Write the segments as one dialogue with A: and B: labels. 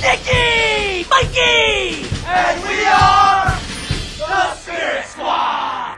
A: Mikey! Mikey!
B: And we are the Spirit Squad!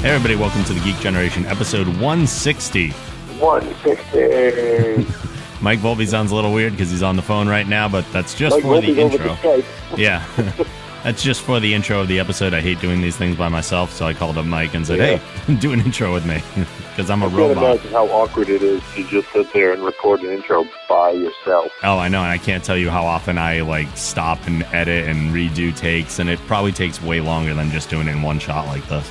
C: Hey everybody, welcome to the Geek Generation, episode 160.
D: uh, 160.
C: Mike Volpe sounds a little weird because he's on the phone right now, but that's just
D: Mike
C: for
D: Wolf is
C: the
D: over
C: intro.
D: to Skype.
C: yeah, that's just for the intro of the episode. I hate doing these things by myself, so I called up Mike and said,
D: Yeah.
C: "Hey, do an intro with me," because I'm a
D: I can't
C: robot.
D: imagine how awkward it is to just sit there and record an intro by yourself.
C: Oh, I know, and I can't tell you how often I like stop and edit and redo takes, and it probably takes way longer than just doing it in one shot like this.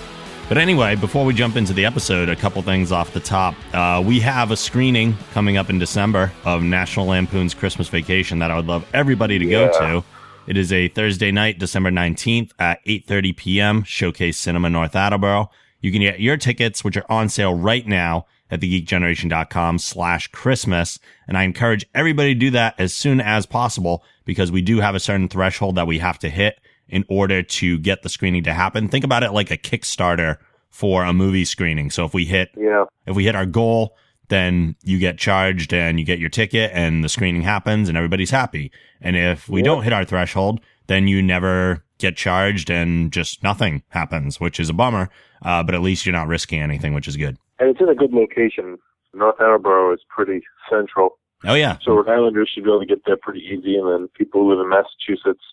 C: But anyway, before we jump into the episode, a couple things off the top. Uh, we have a screening coming up in December of National Lampoon's Christmas Vacation that I would love everybody to go
D: Yeah.
C: to. It is a Thursday night, December 19th at 8.30 p.m., Showcase Cinema North Attleboro. You can get your tickets, which are on sale right now at thegeekgeneration.com slash Christmas. And I encourage everybody to do that as soon as possible because we do have a certain threshold that we have to hit in order to get the screening to happen. Think about it like a Kickstarter for a movie screening. So if we hit
D: Yeah.
C: if we hit our goal, then you get charged and you get your ticket and the screening happens and everybody's happy. And if we don't hit our threshold, then you never get charged and just nothing happens, which is a bummer. Uh, but at least you're not risking anything, which is good.
D: And it's in a good location. North Attleboro is pretty central.
C: Oh yeah.
D: So Rhode Islanders should be able to get there pretty easy, and then people who live in Massachusetts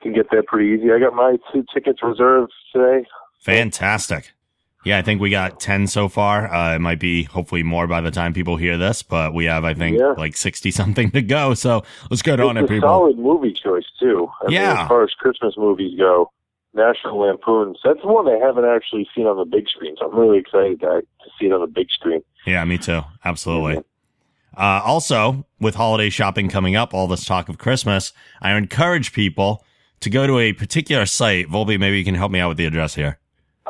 D: can get there pretty easy. I got my two tickets reserved today.
C: Fantastic. Yeah, I think we got 10 so far. Uh, it might be hopefully more by the time people hear this, but we have, I think,
D: Yeah.
C: like 60 something to go. So let's get on
D: it's
C: it,
D: a
C: people.
D: solid movie choice, too. I mean,
C: Yeah.
D: as far as Christmas movies go, National Lampoon's, that's one I haven't actually seen on the big screen, so I'm really excited to, to see it on the big screen.
C: Yeah, me too. Absolutely.
D: Mhm.
C: Uh, also, with holiday shopping coming up, all this talk of Christmas, I encourage people to go to a particular site. Volby, maybe you can help me out with the address here.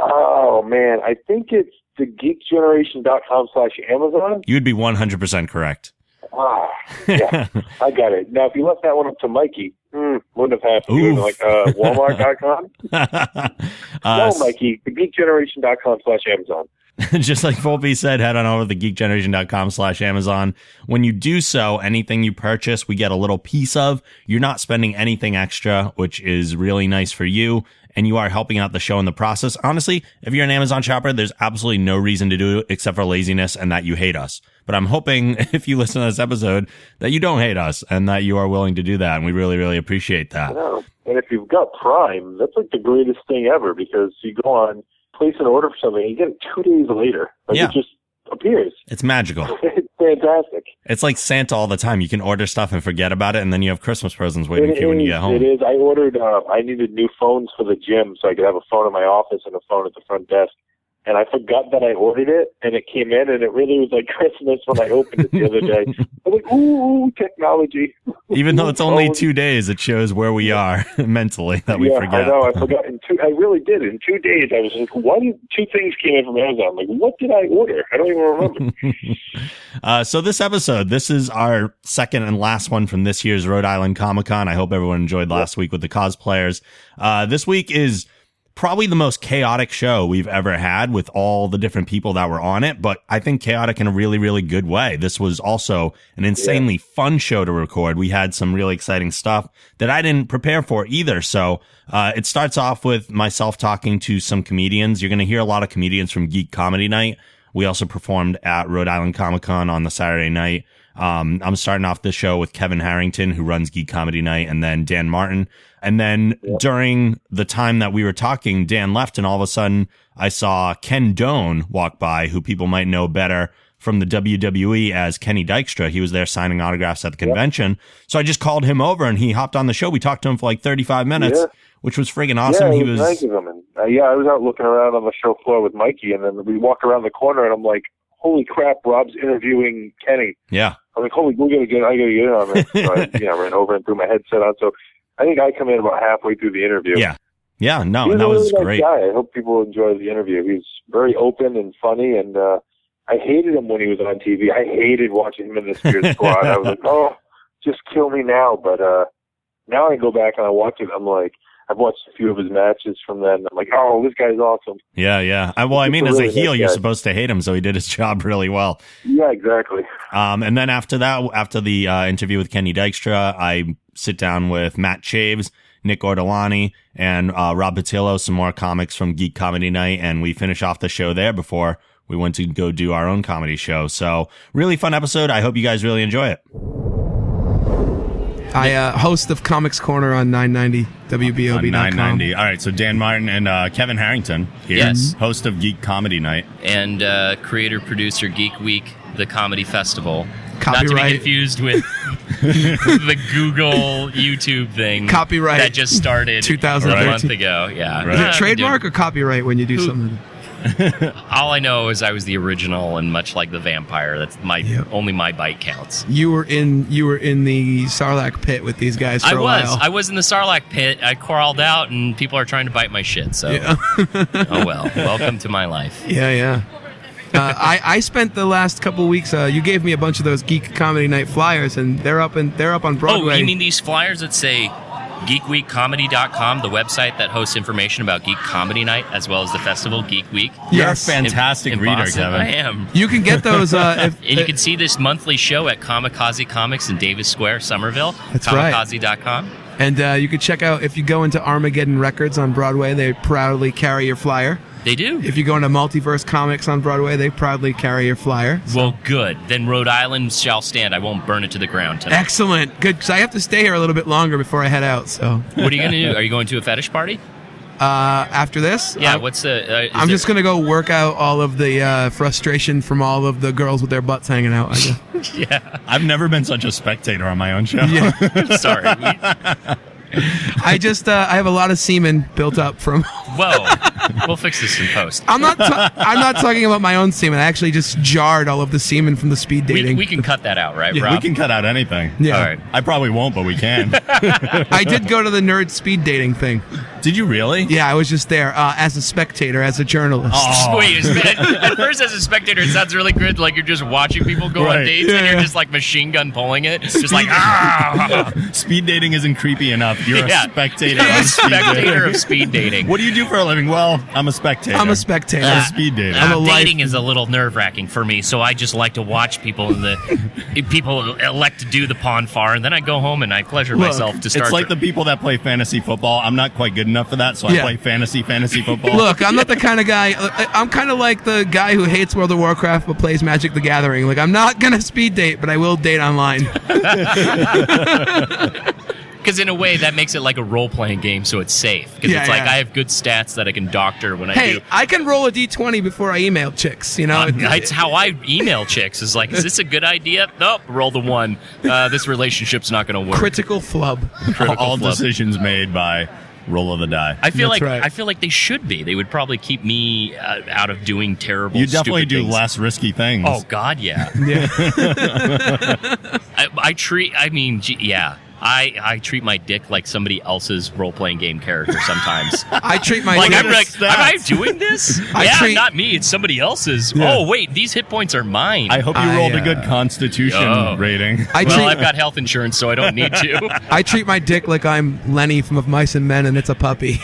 D: Oh man, I think it's the geekgeneration.com slash Amazon.
C: You'd be 100% correct.
D: Ah, yeah, I got it. Now, if you left that one up to Mikey, mm, wouldn't have happened. He would've
C: Oof.
D: been Like uh, Walmart.com.
C: Uh,
D: no, Mikey, the geekgeneration.com slash Amazon.
C: just like Volpe said, head on over to thegeekgeneration.com slash Amazon. When you do so, anything you purchase, we get a little piece of. You're not spending anything extra, which is really nice for you. And you are helping out the show in the process. Honestly, if you're an Amazon shopper, there's absolutely no reason to do it except for laziness and that you hate us. But I'm hoping if you listen to this episode that you don't hate us and that you are willing to do that. And we really, really appreciate that.
D: No. And if you've got Prime, that's like the greatest thing ever because you go on, place an order for something, and you get it two days later. Like
C: Yeah.
D: It just appears.
C: It's magical.
D: it's fantastic.
C: It's like Santa all the time. You can order stuff and forget about it. And then you have Christmas presents waiting for you when you
D: is,
C: get home.
D: It is. I ordered. Uh, I needed new phones for the gym, so I could have a phone in my office and a phone at the front desk. And I forgot that I ordered it, and it came in, and it really was like Christmas when I opened it the other day. I was like, "Ooh, technology!"
C: Even though it's only
D: Oh.
C: two days, it shows where we are mentally that we
D: yeah,
C: forget.
D: I know. I forgot. In two, I really did. In two days, I was like, "Why did two things came in from Amazon? Like, what did I order? I don't even remember."
C: Uh, so this episode, this is our second and last one from this year's Rhode Island Comic Con. I hope everyone enjoyed last week with the cosplayers. Uh, this week is probably the most chaotic show we've ever had with all the different people that were on it, but I think chaotic in a really, really good way. This was also an insanely fun show to record. We had some really exciting stuff that I didn't prepare for either. So, uh, it starts off with myself talking to some comedians. You're going to hear a lot of comedians from Geek Comedy Night. We also performed at Rhode Island Comic Con on the Saturday night. Um, I'm starting off this show with Kevin Harrington, who runs Geek Comedy Night, and then Dan Martin. And then during the time that we were talking, Dan left, and all of a sudden I saw Ken Doan walk by, who people might know better from the WWE as Kenny Dykstra. He was there signing autographs at the convention. So I just called him over and he hopped on the show. We talked to him for like 35 minutes,
D: Yeah.
C: which was friggin' awesome.
D: Yeah,
C: he
D: it was nice of him. And, uh, yeah, I was out looking around on the show floor with Mikey, and then we walk around the corner, and I'm like, holy crap, Rob's interviewing Kenny.
C: Yeah.
D: I'm like, holy, we gotta get, I gotta get in on this. So I, yeah, I ran over and threw my headset on. So I think I come in about halfway through the interview.
C: Yeah. Yeah. No,
D: He's
C: and
D: a
C: Oh, that
D: really
C: was
D: nice
C: great.
D: Guy. I hope people enjoy the interview. He's very open and funny, and uh, I hated him when he was on TV. I hated watching him in the Spirit Squad. I was like, oh, just kill me now. But uh, now I go back and I watch it. I'm like, I've watched a few of his matches from then. I'm like, oh, this guy's awesome.
C: Yeah. Yeah. I, well, I
D: He's
C: mean,
D: a
C: as a
D: really nice
C: heel, you're
D: guy.
C: supposed to hate him. So he did his job really well.
D: Yeah, exactly.
C: Um, and then after that, after the uh, interview with Kenny Dykstra, I sit down with Matt Chaves, Nick Ortolani, and uh, Rob Patillo, some more comics from Geek Comedy Night, and we finish off the show there before we went to go do our own comedy show. So really fun episode. I hope you guys really enjoy it.
E: I uh, host of Comics Corner on 990 WBOB.com.
C: Uh, All right. So Dan Martin and uh, Kevin Harrington here,
F: Yes.
C: host of Geek Comedy Night.
F: and uh, creator producer Geek Week, the comedy festival. Not to
E: Copyright.
F: be confused with the Google YouTube thing.
E: Copyright
F: that just started
E: 2013.
F: a month ago. Yeah, Uh,
C: Right.
E: Is
F: Yeah,
E: it trademark or copyright when you do
F: Who-
E: something?
F: All I know is I was the original, and much like the vampire, that's my
E: Yeah.
F: only my bite counts.
E: You were in you were in the Sarlacc pit with these guys for
F: I
E: a
F: was
E: while.
F: I was in the Sarlacc pit. I crawled out, and people are trying to bite my shit. So, oh well. Welcome to my life.
E: yeah, yeah. Uh, I, I spent the last couple weeks. Uh, you gave me a bunch of those geek comedy night flyers, and they're up and they're up on Broadway.
F: Oh, you mean these flyers that say geekweekcomedy.com, the website that hosts information about Geek Comedy Night as well as the festival Geek Week?
E: Yes.
C: You're a fantastic
F: in, in
C: reader,
F: Boston.
C: Kevin.
F: I am.
E: You can get those. Uh, if,
F: And you can see this monthly show at Kamikaze Comics in Davis Square, Somerville.
E: That's right.
F: Kamikaze.com.
E: and uh, you can check out if you go into Armageddon Records on Broadway, they proudly carry your flyer.
F: They do.
E: If you go into Multiverse Comics on Broadway, they proudly carry your flyer.
F: well, good. Then Rhode Island shall stand. I won't burn it to the ground tonight.
E: Excellent. Good. Because I have to stay here a little bit longer before I head out. So
F: what are you going to do? Are you going to a fetish party?
E: uh, after this,
F: Yeah,
E: I'm,
F: what's the. Uh, is
E: I'm
F: it-
E: just going to go work out all of the uh, frustration from all of the girls with their butts hanging out. I guess.
F: Yeah,
C: I've never been such a spectator on my own show.
E: yeah.
F: I'm sorry. We-
E: I just uh, I have a lot of semen built up from.
F: whoa. We'll fix this in post.
E: I'm not. Ta- I'm not talking about my own semen. I actually just jarred all of the semen from the speed
F: We,
E: dating.
F: we can cut that out, right,
E: Yeah, we
F: Rob?
C: We can cut out anything.
E: yeah.
F: All right.
C: I probably won't, but we can.
E: I did go to the nerd speed dating thing.
C: Did you really?
E: Yeah, I was just there uh, as a spectator, as a journalist.
C: Oh.
F: Wait, is- at, at first as a spectator, it sounds really good. Like you're just watching people go
C: Right.
F: on dates, and
E: Yeah,
F: you're
E: yeah.
F: just like machine gun pulling it, just like ah,
C: Speed dating isn't creepy enough. You're
F: Yeah.
C: a spectator.
F: You're
C: on
F: a
C: speed
F: spectator
C: dating.
F: of speed dating.
C: What do you do for a living? Well, I'm a spectator.
E: I'm a spectator.
C: I'm a speed dating.
E: I'm a
F: Uh,
E: life-
F: dating is a little nerve wracking for me, so I just like to watch people in the people elect to do the pawn far, and then I go home and I pleasure
E: Look,
F: myself to start.
C: It's like the people that play fantasy football. I'm not quite good enough for that, so I
E: Yeah.
C: play fantasy fantasy football.
E: Look, I'm not the kind of guy. I- I'm kind of like the guy who hates World of Warcraft but plays Magic: The Gathering. Like, I'm not gonna speed date, but I will date online.
F: because in a way that makes it like a role playing game, so it's safe. Because
E: Yeah,
F: it's like
E: yeah.
F: I have good stats that I can doctor when I
E: hey,
F: do.
E: I can roll a d20 before I email chicks. You know,
F: Uh, That's how I email chicks. Is like, is this a good idea? Nope. Roll the one. Uh, this relationship's not going to work.
E: critical flub.
F: critical
C: all
F: flub.
C: decisions made by roll of the die.
F: I feel
E: That's
F: like
E: right.
F: I feel like they should be. They would probably keep me uh, out of doing terrible.
C: you definitely
F: stupid
C: do
F: things.
C: less risky things.
F: Oh God, yeah.
E: Yeah.
F: I, I treat. I mean, gee, yeah. I, I treat my dick like somebody else's role playing game character sometimes.
E: I treat my
F: like
E: dick-
F: I'm like, am I doing this?
E: I
F: yeah,
E: treat-
F: not me. It's somebody else's.
E: Yeah.
F: Oh wait, these hit points are mine.
C: I hope you
E: I,
C: rolled a good
E: uh,
C: constitution
F: Yo.
C: rating.
E: I
F: well,
E: treat
F: I've got health insurance, so I don't need to.
E: I treat my dick like I'm Lenny from Of Mice and Men, and it's a puppy.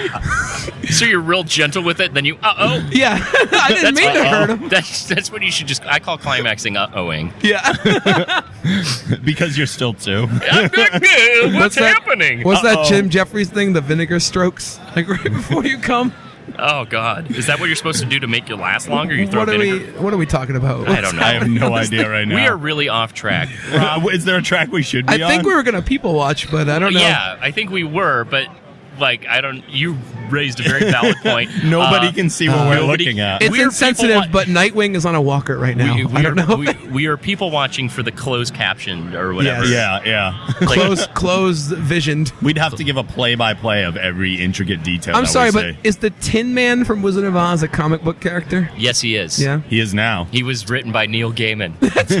F: so you're real gentle with it. Then you, uh oh,
E: yeah, I didn't mean to
F: what-
E: hurt him.
F: That's that's what you should just. I call climaxing uh ohing.
E: Yeah,
C: because you're still two.
F: What's,
E: that-
F: happening?
E: what's that
C: Uh-oh.
E: Jim Jeffries thing? The vinegar strokes, like right before you come.
F: Oh God, is that what you're supposed to do to make you last longer? You throw
E: What are
F: vinegar.
E: we? What are we talking about?
F: I don't know.
C: I have no idea right now.
F: We are really off track.
C: Rob, is there a track we should be
E: I think
C: on?
E: we were gonna people watch, but I don't know.
F: Yeah, I think we were, but like I don't. You raised a very valid point.
C: Nobody
F: Uh,
C: can see what we're
F: nobody-
C: looking at.
E: It's
F: Weird people
E: insensitive,
F: want-
E: but Nightwing is on a walker right now.
F: we, we
E: I don't
F: are,
E: know.
F: We, we are people watching for the closed caption or whatever.
E: Yes.
C: yeah, yeah.
F: Like,
E: close, close, visioned.
C: We'd have to give a play-by-play of every intricate detail.
E: I'm
C: that
E: sorry,
C: we
E: but
C: see.
E: is the Tin Man from Wizard of Oz a comic book character?
F: Yes, he is.
E: Yeah.
C: he is now.
F: He was written by Neil Gaiman.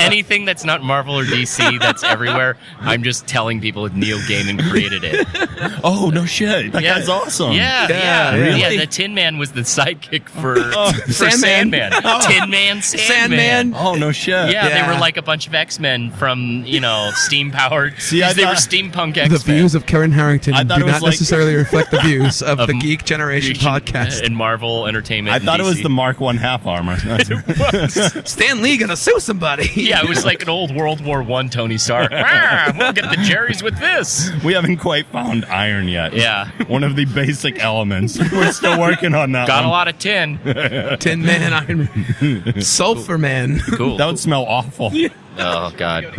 F: Anything that's not Marvel or DC that's everywhere, I'm just telling people that Neil Gaiman created it.
C: Oh no shit! That
F: Yeah.
C: guy's awesome.
F: Yeah,
E: Yeah,
F: yeah, yeah.
E: really?
F: the Tin Man was the sidekick for, for
E: Sandman.
F: Sandman. Tin Man, Sandman.
E: Sandman.
C: Oh no shit!
F: Yeah,
E: Yeah.
F: they were like a bunch of X Men from you know steam powered.
C: See, I
F: they were
C: thought-
F: steampunk
E: The
F: X Men.
E: views of Karen Harrington
C: I
E: do
C: thought it was
E: not
C: like-
E: necessarily reflect the views of,
F: Of
E: the Geek Generation podcast.
F: and Marvel Entertainment.
C: I
F: and
C: thought it was
F: DC.
C: the Mark One half armor.
E: Stan Lee gonna sue somebody.
F: Yeah, it was like an old World War One Tony Stark. ah, we'll get the Jerry's with this.
C: we haven't quite found iron yet.
F: Yeah.
C: one of the basic elements. We're still working on that.
F: Got a
C: one.
F: lot of tin.
E: Tin Man, Iron Man, Sulfur Man.
F: Cool.
C: That would smell awful.
F: Oh God.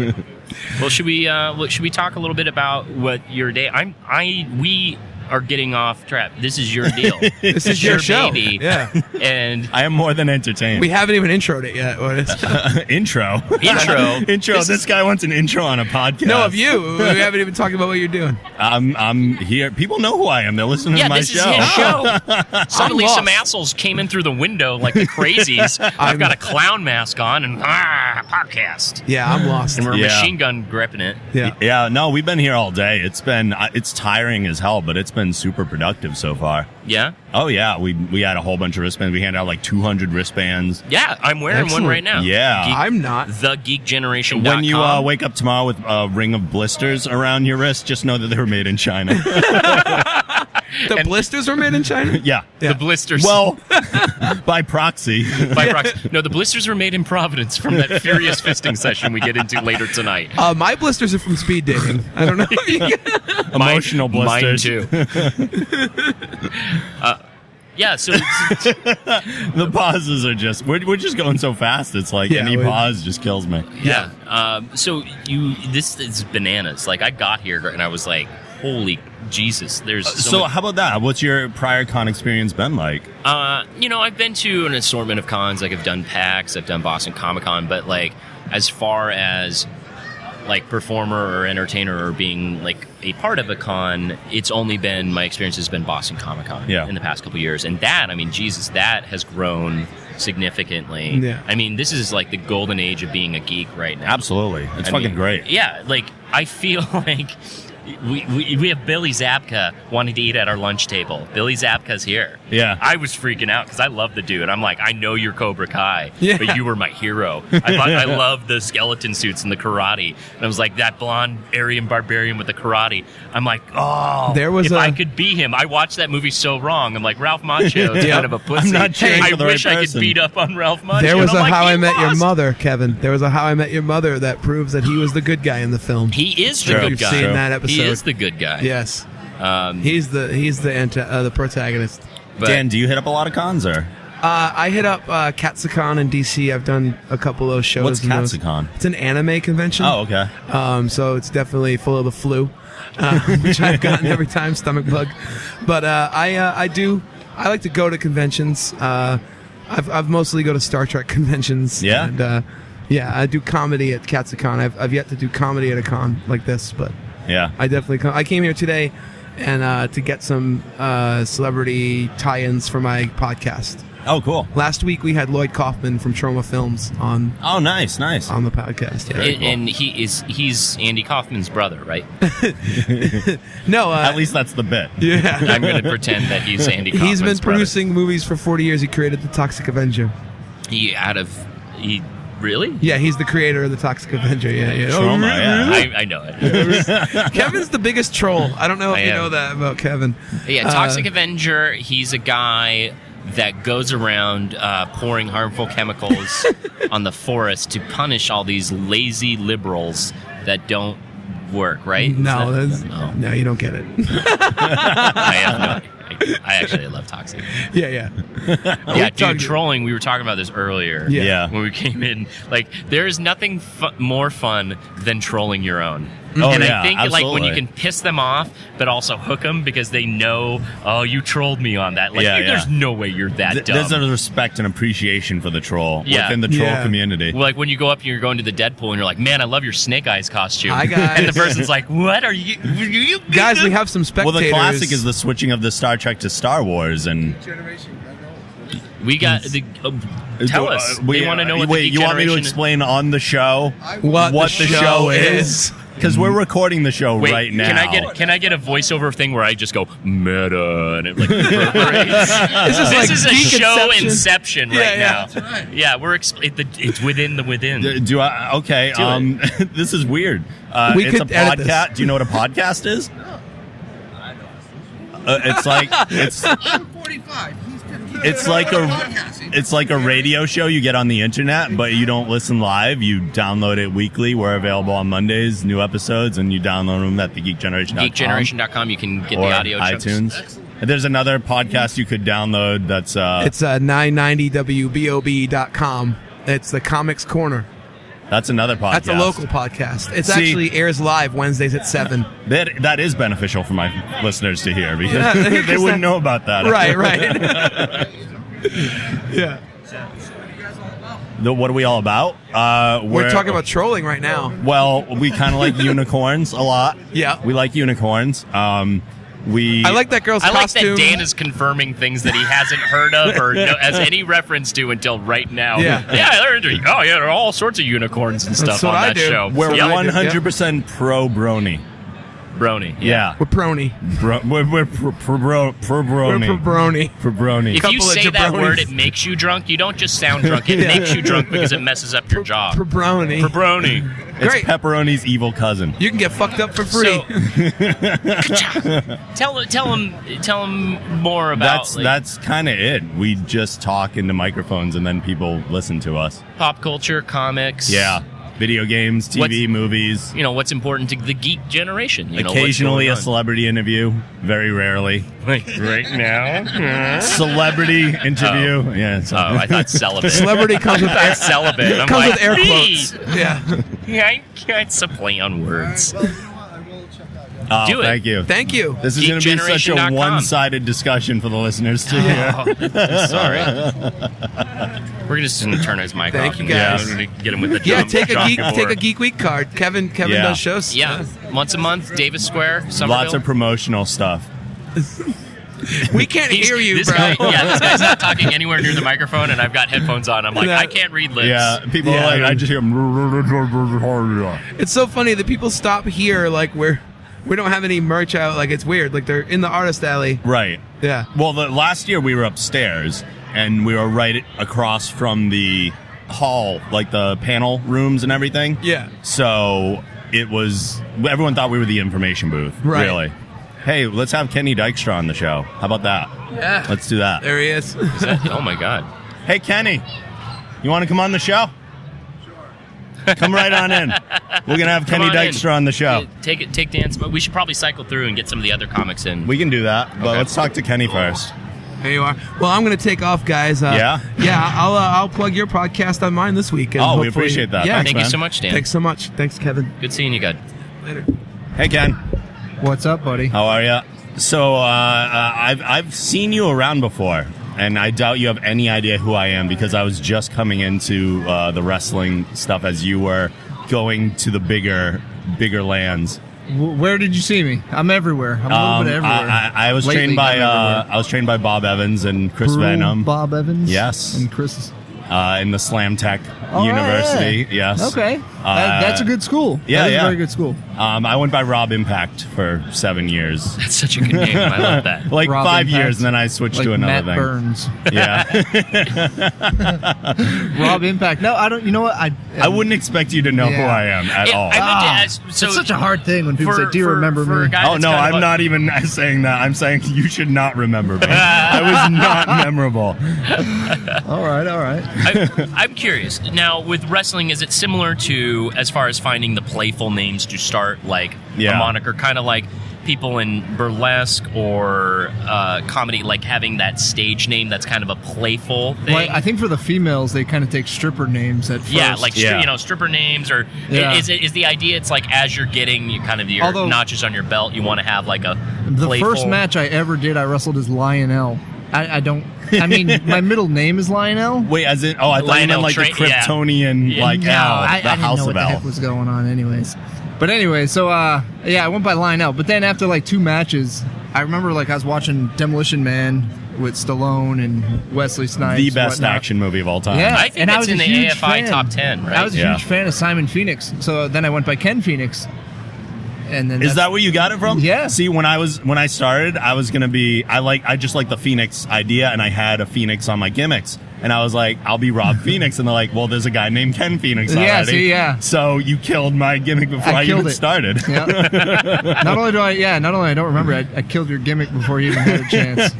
F: well, should we uh, well, should we talk a little bit about what your day? I'm I we are getting off track. This is your deal.
E: This is your show.
F: baby.
E: Yeah.
F: And
C: I am more than entertained.
E: We haven't even introed it yet. What is-
C: intro.
F: Intro.
C: intro. This, guy wants an intro on a podcast.
E: No, of you. We haven't even talked about what you're doing.
C: I'm I'm here. People know who I am. They're listening
F: yeah,
C: to my
F: this
C: show.
F: is
E: Oh,
F: his show. Suddenly,
E: I'm lost.
F: some assholes came in through the window like the crazies.
E: I'm-
F: I've got a clown mask on and ah, podcast.
E: Yeah, I'm lost.
F: And we're
C: Yeah.
F: machine gun gripping it.
E: Yeah.
C: Yeah, no, we've been here all day. It's been uh, it's tiring as hell, but it's been super productive so far.
F: Yeah,
C: Oh yeah, we we had a whole bunch of wristbands. We handed out like 200 wristbands.
F: yeah. I'm wearing
E: Excellent.
F: one right now.
C: Yeah.
F: Geek,
E: I'm not.
F: the Geek Generation.
C: When you uh, wake up tomorrow with a ring of blisters around your wrist, just know that they were made in China.
E: The blisters were made in China.
C: yeah.
E: Yeah.
F: the blisters.
C: Well, by proxy.
F: by proxy. No, the blisters were made in Providence from that furious fisting session we get into later tonight.
E: Uh, my blisters are from speed dating. I don't know.
C: Emotional
F: mine,
C: blisters.
F: Mine too. uh, yeah, so it's-
C: The pauses are just we're, we're just going so fast. It's like
E: Yeah,
C: any
E: we-
C: pause just kills me.
F: yeah. Um, so you this is bananas. Like I got here and I was like, holy Jesus, there's so,
C: So
F: much-
C: how about that? What's your prior con experience been like?
F: Uh, you know, I've been to an assortment of cons. Like I've done PAX, I've done Boston Comic Con, but like as far as like performer or entertainer or being like a part of a con, it's only been my experience has been Boston Comic Con
C: Yeah.
F: in the past couple years, and that I mean, Jesus, that has grown significantly.
E: Yeah.
F: I mean, this is like the golden age of being a geek right now.
C: Absolutely, it's
F: I
C: fucking
F: mean,
C: great.
F: Yeah, like I feel like we, we we have Billy Zabka wanting to eat at our lunch table. Billy Zabka's here.
C: Yeah.
F: I was freaking out because I love the dude. I'm like, I know you're Cobra Kai,
E: Yeah.
F: but you were my hero. I, thought, I love the skeleton suits and the karate, and I was like that blonde Aryan barbarian with the karate. I'm like, oh,
E: There was
F: if
E: a-
F: I could be him. I watched that movie so wrong. I'm like Ralph Macchio is
E: Yeah.
F: kind of a pussy.
C: not cheering
F: I
C: for the right
F: wish I could
C: person.
F: beat up on Ralph Macchio.
E: There was
F: and
E: a
F: I'm like,
E: How
F: he
E: I Met Your
F: lost.
E: Mother, Kevin. There was a How I Met Your Mother that proves that he was the good guy in the film.
F: He is the
C: Sure.
F: good
E: You've
F: guy.
E: seen that
F: He
E: episode.
F: is the good guy.
E: yes,
F: Um,
E: he's the he's the anti, uh, the protagonist.
F: but- Hmm.
C: Dan, do you hit up a lot of cons or
E: Uh, I hit up uh, Katsucon in DC. I've done a couple of those shows.
C: what's
E: and those-
C: Katsucon?
E: It's an anime convention.
C: Oh, okay.
E: Um, so it's definitely full of the flu, uh, which I've gotten every time, stomach bug. But uh, I uh, I do I like to go to conventions. Uh, I've, I've mostly go to Star Trek conventions.
C: Yeah?
E: And, uh, yeah, I do comedy at Katsucon. I've, I've yet to do comedy at a con like this, but
C: Yeah.
E: I definitely come. I came here today and uh, to get some uh, celebrity tie-ins for my podcast.
C: Oh, cool.
E: Last week we had Lloyd Kaufman from Trauma Films on
C: Oh, nice, nice.
F: Um,
E: on the podcast. Yeah.
F: and, and he is he's Andy Kaufman's brother, right?
E: No, uh,
C: At least that's the bit.
E: yeah.
F: I'm going to pretend that he's Andy Kaufman's
E: He's been
F: brother.
E: producing movies for 40 years. He created the Toxic Avenger.
F: He out of he really?
E: Yeah, he's the creator of the Toxic Avenger. Yeah, yeah. Oh,
C: Trauma, yeah.
F: I, I know it.
E: Kevin's the biggest troll. I don't know if
F: I
E: you
F: am.
E: know that about Kevin.
F: Yeah, Toxic
E: Uh,
F: Avenger. He's a guy that goes around uh, pouring harmful chemicals on the forest to punish all these lazy liberals that don't work. Right? Isn't
E: no,
F: that-
E: that's, no,
F: no.
E: you don't get it.
F: I have no. I, I actually love Toxic.
E: yeah, yeah,
F: Yeah, dude,
E: talking-
F: trolling. We were talking about this earlier.
E: Yeah.
C: Yeah.
F: when we came in. Like, there is nothing fu- more fun than trolling your own.
C: Oh,
F: and
C: yeah,
F: I think like when
C: absolutely.
F: you can piss them off, but also hook them because they know, oh, you trolled me on that. Like,
C: Yeah,
F: you- there's
C: yeah.
F: no way you're that
C: Th-
F: dumb.
C: there's a respect and appreciation for the troll
F: Yeah.
C: within the troll
E: Yeah.
C: community.
F: Well, like when you go up and you're going to the Deadpool and you're like, man, I love your Snake Eyes costume.
E: Hi, guys.
F: and the person's like, what are you? you, you
E: Guys, we have some spectators.
C: Well, the classic is the switching of the Star Trek to Star Wars, and
E: generation.
F: We got the. Uh, tell
C: Uh,
F: us.
C: we-
F: they want to know what
C: Wait,
F: the geek
C: you want me to
F: generation-
C: explain on the show
E: What the show is?
C: Because we're recording the show
F: Mm. Wait,
C: right now.
F: can I get can I get a voiceover thing where I just go meta and it like reverberates?
E: This is
F: this
E: like
F: is a
E: geek
F: show
E: inception.
F: inception right
E: Yeah, yeah,
F: now.
E: that's right.
F: Yeah, we're expl- it, the, it's within the within.
C: D- Do I? Okay.
F: it.
C: um, this is weird. Uh,
E: We
C: it's
E: could
C: a
E: edit this.
C: podcast. Do you know what a podcast is? Uh, it's like it's
G: I'm 45. He's 15.
C: it's like a it's like a radio show you get on the internet, but you don't listen live. You download it weekly. We're available on Mondays, new episodes, and you download them at the geekgeneration.com
F: Geekgeneration.com. You can get
C: or
F: the audio chunks.
C: iTunes. And There's another podcast you could download. That's uh,
E: It's uh, 990wbob.com. It's the Comics Corner.
C: that's another podcast.
E: That's a local podcast. It
C: See-
E: actually airs live Wednesdays at 7.
C: That that is beneficial for my listeners to hear because
E: Yeah,
C: they
E: 'cause
C: wouldn't
E: that-
C: know about that.
E: right, right. yeah.
C: The, what are we all about? Uh,
E: We're, talking about trolling right now.
C: Well, we kind of like unicorns a lot.
E: Yeah.
C: we like unicorns. Um, we
E: I like that girl's
F: I like
E: costume.
F: that Dan is confirming things that he hasn't heard of or no, has any reference to until right now.
E: Yeah.
F: yeah, they're into, oh yeah, there are all sorts of unicorns and stuff
E: what
F: on
E: I
F: that
E: do.
F: show.
C: We're
E: Yeah, I
C: one
E: do, yeah.
C: hundred percent pro brony.
F: brony.
C: Yeah,
E: We're prony.
C: Bro, we're we're pro, pro, pro, pro
E: We're
C: brony.
E: brony.
C: Pro brony.
F: If
E: Couple
F: you
E: of
F: say that
E: jabronis.
F: word, it makes you drunk. You don't just sound drunk; it makes you drunk because it messes up your jaw.
E: Brony.
F: Brony.
C: it's
E: Great.
C: pepperoni's evil cousin.
E: You can get fucked up for free.
F: So, tell tell him tell him more about
C: That's
F: like,
C: that's kind of it. We just talk into microphones and then people listen to us.
F: pop culture, comics.
C: Yeah, video games, TV,
F: What's-
C: movies.
F: you know what's important to the geek generation. You know, what's
C: Occasionally, a
F: going
C: celebrity interview. Very rarely,
F: on. Like, right now.
C: celebrity interview. Yeah, so.
F: Oh, I thought celibate.
E: Celebrity comes with
F: I
E: air,
F: thought celibate. I'm
E: comes
F: like,
E: with air
F: "Hey!"
E: quotes. Yeah.
F: Yeah, I can't it's a play on words.
G: Well, you know what? I will check out. Yeah.
C: Oh,
F: do it.
C: Thank you.
E: Thank you.
C: this is going to be such a
F: geekgeneration.com.
C: one-sided discussion for the listeners to hear.
F: Oh, I'm sorry. We're just gonna turn his mic
E: Thank
F: off
E: you,
F: and
E: guys.
F: we're gonna get him with the
E: Yeah,
F: drum-
E: take a
F: drum
E: geek
F: board.
E: take a geek week card. Kevin Kevin
C: Yeah.
E: does shows.
F: Yeah, once a month, Davis Square, Somerville.
C: Lots of promotional stuff.
E: We can't
F: He's-
E: hear you,
F: this
E: bro.
F: Guy, yeah, this guy's not talking anywhere near the microphone, and I've got headphones on. I'm like,
E: Yeah.
F: I can't read lips.
C: Yeah, people
E: Yeah.
C: are like I just hear. 'em.
E: It's so funny that people stop here like we're we don't have any merch out. Like it's weird. Like they're in the artist alley.
C: Right.
E: Yeah.
C: Well, the last year we were upstairs and we were right across from the hall, like the panel rooms and everything.
E: Yeah.
C: So it was everyone thought we were the information booth.
E: Right.
C: Really. Hey, let's have Kenny Dykstra on the show. How about that?
E: Yeah.
C: Let's do that.
E: There he is.
F: Is that- oh my god.
C: Hey, Kenny, you want to come on the show? Sure. Come right on in. We're gonna have
F: Come
C: Kenny
F: on in.
C: Dykstra on the show.
F: Yeah, Take it. Take Dan's. But we should probably cycle through and get some of the other comics in.
C: We can do that, but
F: Okay.
C: let's talk to Kenny first.
E: There you are. Well, I'm gonna take off, guys. Uh,
C: Yeah?
E: Yeah. I'll uh, I'll plug your podcast on mine this week. and
C: Oh, we
E: hopefully-
C: appreciate that.
E: Yeah.
C: Thanks,
F: Thank
C: man.
F: you so much, Dan.
E: Thanks so much. Thanks, Kevin.
F: Good seeing you, guys.
E: Later.
C: Hey, Ken.
G: What's up, buddy?
C: How are you? So uh, uh, I've I've seen you around before, and I doubt you have any idea who I am because I was just coming into uh, the wrestling stuff as you were going to the bigger bigger lands.
G: W- Where did you see me? I'm everywhere. I'm a little
C: Um,
G: bit everywhere.
C: I, I, I was
G: Lately,
C: trained by
G: I'm
C: uh,
G: everywhere.
C: I was trained by Bob Evans and Chris
G: Brew,
C: Venom
G: Bob Evans.
C: Yes.
G: And Chris.
C: uh, in the Slam Tech
G: All right,
C: University.
G: Oh, yeah.
C: Yes.
G: Okay.
C: Uh,
G: That- that's a good school.
C: yeah,
G: That is
C: yeah.
G: a very good school.
C: Um, I went by Rob Impact for seven years,
F: That's such a good name. I love that.
C: like
G: Rob
C: five
G: Impact.
C: years, and then I switched
G: Like
C: to another
G: Matt
C: thing.
G: Burns,
C: Yeah,
G: Rob Impact. No, I don't. You know what? I
C: I wouldn't expect you to know who
G: Yeah.
C: I am at
F: Yeah,
C: all.
F: I meant to
G: Ah,
F: ask. So
G: it's such a hard thing when people
F: for-
G: say, "Do you
F: for-
G: remember
F: for
G: me?"
F: a guy
C: Oh
F: that's
C: no,
F: kind of
C: I'm
F: a-
C: not even saying that. I'm saying you should not remember me. I was not memorable.
G: all right, all right.
F: I, I'm curious. Now, with wrestling, is it similar to as far as finding the playful names to start, like
C: Yeah.
F: a moniker, kind of like people in burlesque or uh, comedy like having that stage name that's kind of a playful thing.
G: Well, I think for the females, they kind of take stripper names at first.
F: yeah, like stri-
C: Yeah.
F: you know, stripper names, or
G: Yeah.
F: is it is the idea? It's like as you're getting you kind of your
G: Although-
F: notches on your belt, you want to have like a
G: the
F: playful,
G: first match I ever did, I wrestled as Lionel. I, I don't. I mean, my middle name is Lionel.
C: Wait, as in, oh, I thought you meant
F: Lionel
C: like the
F: Tra- yeah.
C: Kryptonian,
F: Yeah.
C: like,
G: no,
C: owl,
G: I,
C: the
G: I didn't
C: House
G: know
C: of
G: what the
C: L.
G: heck was going on, anyways. But anyway, so uh, yeah, I went by Lionel. But then after like two matches, I remember like I was watching Demolition Man with Stallone and Wesley Snipes.
C: the best
G: whatnot.
C: action movie of all time.
G: Yeah,
F: I think
G: and I
F: that's
G: was
F: in
G: a
F: the
G: huge
F: AFI
G: fan.
F: top 10, right?
G: I was a
C: Yeah.
G: huge fan of Simon Phoenix, so then I went by Ken Phoenix, and then
C: Is
G: that's-
C: that where you got it from?
G: Yeah.
C: See, when I was when I started, I was gonna be I like I just like the Phoenix idea, and I had a Phoenix on my gimmicks, and I was like, I'll be Rob Phoenix, and they're like, Well, there's a guy named Ken Phoenix
G: Yeah,
C: already.
G: see, yeah.
C: So you killed my gimmick before I,
G: I killed
C: even
G: it.
C: started.
G: Yeah. not only do I, yeah, not only I don't remember, I, I killed your gimmick before you even had a chance.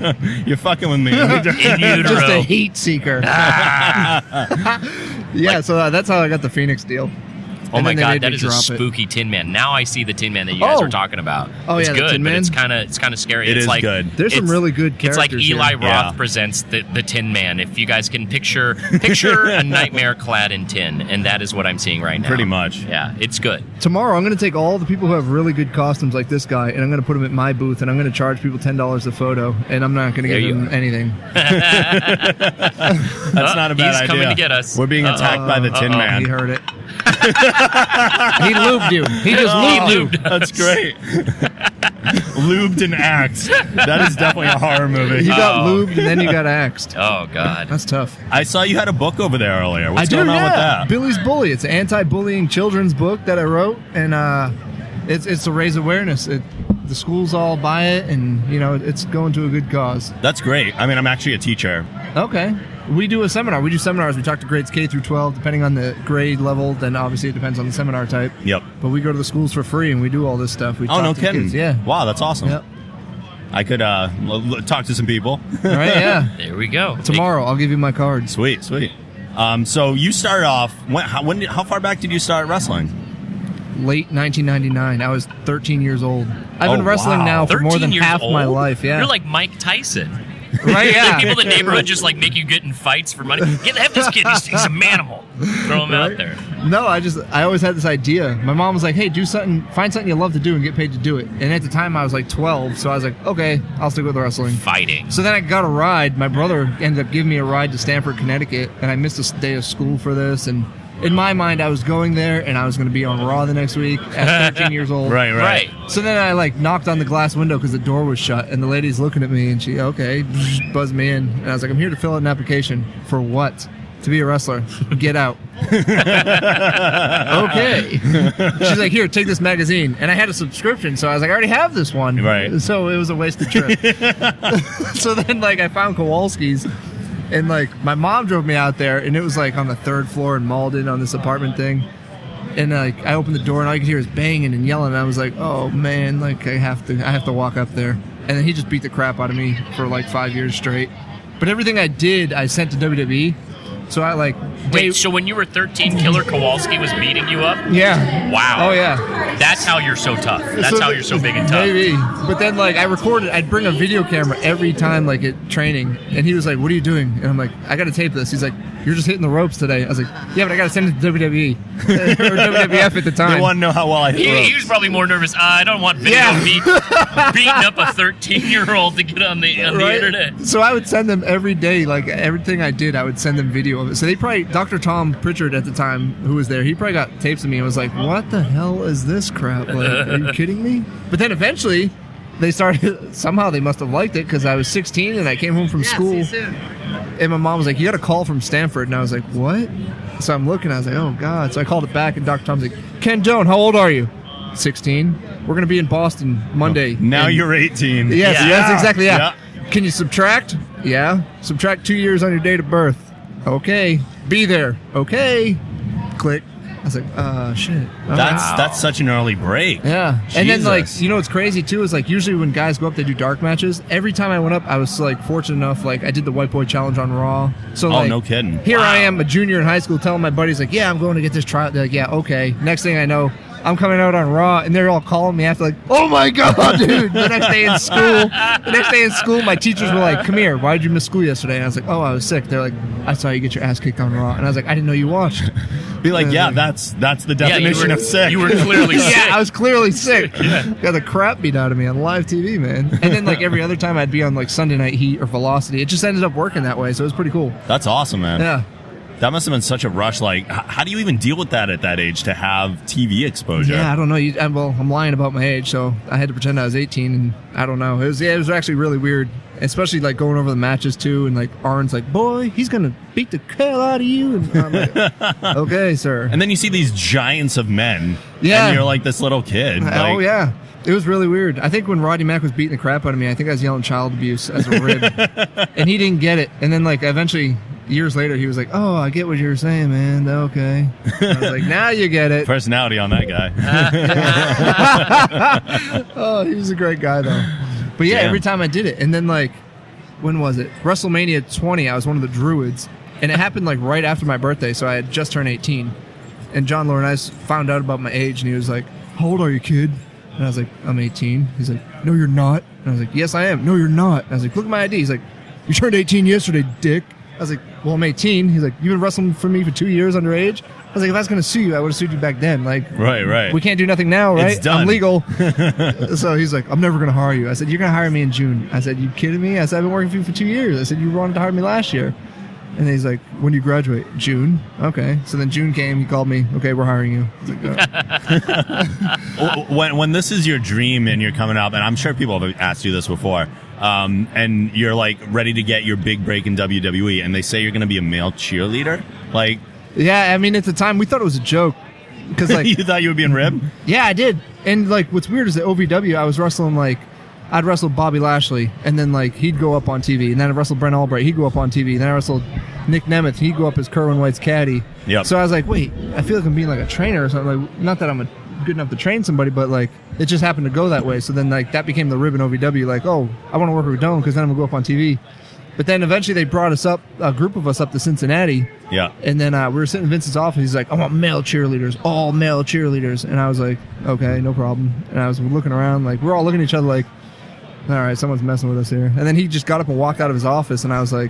C: You're fucking with me. yeah,
F: in Ah. utero.
G: Just a heat seeker. yeah, so uh, that's how I got the Phoenix deal.
F: Oh
G: And
F: my
G: then they made
F: god, that
G: me
F: is a
G: drop it.
F: spooky Tin Man. Now I see the Tin Man that you guys
G: Oh.
F: were talking about.
G: Oh,
F: it's
G: yeah, the
F: good,
G: Tin
F: but
G: Man?
F: it's kind of it's kind of scary.
C: It
F: it's
C: is
F: like,
C: good.
G: There's some
F: it's-
G: really good
F: It's like
G: characters
F: Eli
G: here.
F: Roth
C: Yeah.
F: presents the, the Tin Man. If you guys can picture picture a nightmare clad in tin, and that is what I'm seeing right now.
C: Pretty much.
F: Yeah, it's good.
G: Tomorrow, I'm going to take all the people who have really good costumes like this guy, and I'm going to put them at my booth, and I'm going to charge people ten dollars a photo, and I'm not going to
F: There
G: give
F: you
G: them
F: are.
G: anything.
C: That's not a bad
F: he's
C: idea.
F: coming to get us.
C: We're being attacked by the Tin
F: Uh-oh.
C: Man.
G: He heard it. he lubed you. He just lubed you.
C: That's great. Lubed and axed. That is definitely a horror movie.
G: You got
F: Oh.
G: lubed, and then you got axed.
F: Oh god.
G: That's tough.
C: Uh, I saw you had a book over there earlier. What's
G: I do,
C: going on
G: yeah.
C: with that?
G: Billy's Bully. It's an anti-bullying children's book that I wrote, and uh, it's it's to raise awareness. It, the schools all buy it, and you know it's going to a good cause.
C: That's great. I mean, I'm actually a teacher.
G: Okay. We do a seminar. We do seminars. We talk to grades K through 12, depending on the grade level. Then obviously it depends on the seminar type.
C: Yep.
G: But we go to the schools for free and we do all this stuff. We
C: Oh
G: talk
C: no
G: to the
C: kidding!
G: kids. Yeah.
C: Wow, that's awesome.
G: Yep.
C: I could uh, l- l- talk to some people.
G: All right. Yeah.
F: There we go.
G: Tomorrow I'll give you my cards.
C: sweet, sweet. Um, so you started off when? How, when? Did, how far back did you start wrestling?
G: Late 1999. I was 13 years old. I've
C: Oh,
G: been wrestling
C: wow.
G: now for
F: 13
G: more than
F: years
G: half
F: old?
G: my life. Yeah.
F: You're like Mike Tyson.
G: right. Yeah.
F: People in the neighborhood just like make you get in fights for money. Get have this kid. He's, he's a manimal. Throw him out
G: Right?
F: there.
G: No, I just I always had this idea. My mom was like, "Hey, do something, find something you love to do, and get paid to do it." And at the time, I was like 12, so I was like, "Okay, I'll stick with wrestling."
F: Fighting.
G: So then I got a ride. My brother ended up giving me a ride to Stamford, Connecticut, and I missed a day of school for this. And in my mind, I was going there, and I was going to be on Raw the next week at 13 years old.
F: Right.
G: So then I like knocked on the glass window because the door was shut, and the lady's looking at me, and she okay, buzzed me in, and I was like, "I'm here to fill out an application for what? To be a wrestler? Get out." okay. She's like, "Here, take this magazine," and I had a subscription, so I was like, "I already have this one."
C: Right.
G: So it was a wasted trip. so then, like, I found Kowalski's. And like my mom drove me out there, and it was like on the third floor in Malden on this apartment thing and like I opened the door and all I could hear was banging and yelling. And I was like, "Oh man, like I have to, I have to walk up there." And then he just beat the crap out of me for like five years straight. But everything I did, I sent to WWE. So I like,
F: Wait.
G: day-
F: So when you were 13, Killer Kowalski was beating you up.
G: yeah,
F: Wow.
G: oh yeah.
F: That's how you're so tough. That's
G: So
F: how
G: the-
F: you're so big and tough.
G: Maybe, but then like I recorded, I'd bring a video camera every time like at training, and he was like, "What are you doing?" And I'm like, "I got to tape this." He's like, "You're just hitting the ropes today." I was like, "Yeah, but I got to send it to WWE or WWF at the time."
C: They want to know how well I hit. the
F: He, he
C: ropes.
F: was probably more nervous. "Uh, I don't want video
G: Yeah.
F: beat, beating up a 13 year old to get on the on
G: Right?
F: the internet.
G: So I would send them every day, like everything I did, I would send them video of it. So they probably, Dr. Tom Pritchard at the time, who was there, he probably got tapes of me and was like, "What the hell is this crap? Like, are you kidding me?" But then eventually, they started. Somehow they must have liked it because I was 16 and I came home from school, and my mom was like, "You got a call from Stanford," and I was like, "What?" So I'm looking, I was like, "Oh God!" So I called it back, and Dr. Tom's like, "Ken Doan, how old are you?" 16. We're gonna be in Boston Monday.
C: Now
G: And-
C: you're 18.
G: Yes,
F: Yeah.
G: that's exactly yeah.
C: Yeah.
G: Can you subtract? Yeah. Subtract two years on your date of birth. Okay. Be there. Okay. Click. I was like, uh, shit. All
C: That's
G: right.
C: that's such an early break.
G: yeah. And then like,
C: Jesus.
G: you know what's crazy too is like usually when guys go up, they do dark matches. Every time I went up, I was like fortunate enough, like I did the white boy challenge on Raw. So
C: Oh,
G: like,
C: no kidding.
G: Here I am, a junior in high school, telling my buddies like, yeah, I'm going to get this trial. They're like, yeah, okay. Next thing I know. I'm coming out on Raw, and they're all calling me after, like, "Oh my god, dude!" The next day in school, the next day in school, my teachers were like, "Come here, why did you miss school yesterday?" And I was like, "Oh, I was sick." They're like, "I saw you get your ass kicked on Raw," and I was like, "I didn't know you watched."
C: Be like, yeah, that's that's the
F: Yeah, you
C: definition
F: were-
C: of sick.
F: You were clearly sick.
G: yeah, I was clearly sick. Got the crap beat out of me on live TV, man. And then like every other time, I'd be on like Sunday Night Heat or Velocity. It just ended up working that way, so it was pretty cool.
C: that's awesome, man.
G: Yeah.
C: That must have been such a rush. Like, h- how do you even deal with that at that age to have TV exposure?
G: Yeah, I don't know. You, I, well, I'm lying about my age, so I had to pretend I was 18, and I don't know. It was yeah, it was actually really weird, especially like going over the matches too, and like Arn's like, "Boy, he's gonna beat the hell out of you," and I'm like, "Okay, sir."
C: And then you see these giants of men.
G: Yeah.
C: And you're like this little kid.
G: oh
C: like,
G: yeah, it was really weird. I think when Roddy Mack was beating the crap out of me, I think I was yelling child abuse as a rib, and he didn't get it. And then like eventually, years later, he was like, "Oh, I get what you were saying, man. Okay." And I was like, "Now you get it."
C: Personality on that
F: Uh,
C: guy.
G: Oh, he was a great guy though. But yeah,
C: Damn.
G: every time I did it, and then like, when was it? WrestleMania 20. I was one of the druids, and it happened like right after my birthday, so I had just turned 18. And John Laurinaitis found out about my age, and he was like, "How old are you, kid?" And I was like, "I'm 18." He's like, "No, you're not." And I was like, "Yes, I am." No, you're not. And I was like, "Look at my ID." He's like, "You turned 18 yesterday, dick." I was like, "Well, I'm 18." He's like, "You've been wrestling for me for two years underage." I was like, "If I was gonna sue you, I would have sued you back then." Like,
C: right, right.
G: we can't do nothing now, right?
C: It's done.
G: I'm legal. so he's like, I'm never going to hire you. I said, You're going to hire me in June. I said, You kidding me? I said, I've been working for you for two years. I said, You wanted to hire me last year. And he's like, When do you graduate? June. Okay. So then June came. He called me. Okay, we're hiring you. I was like, "Oh."
F: uh,
C: W- when when this is your dream and you're coming up, and I'm sure people have asked you this before, um, and you're like ready to get your big break in WWE, and they say you're going to be a male cheerleader, like
G: yeah. I mean, at the time, we thought it was a joke. Because, like,
C: you thought you were being ribbed.
G: Yeah, I did. And like, what's weird is that OVW, I was wrestling like, I'd wrestle Bobby Lashley, and then like he'd go up on TV, and then I wrestled Brent Albright, he'd go up on TV, and then I wrestled Nick Nemeth, he'd go up as Kerwin White's caddy.
C: Yep.
G: So I was like, wait, I feel like I'm being like a trainer or something. Like, not that I'm a, good enough to train somebody, but like it just happened to go that way. So then like that became the ribbon OVW. Like, oh, I want to work with Don because then I'm gonna go up on TV. But then eventually they brought us up, a group of us up to Cincinnati,
C: Yeah,
G: and then uh, we were sitting in Vincent's office. He's like, I want male cheerleaders, all male cheerleaders. And I was like, okay, no problem. And I was looking around, like, we're all looking at each other, like, all right, someone's messing with us here. And then he just got up and walked out of his office. And I was like,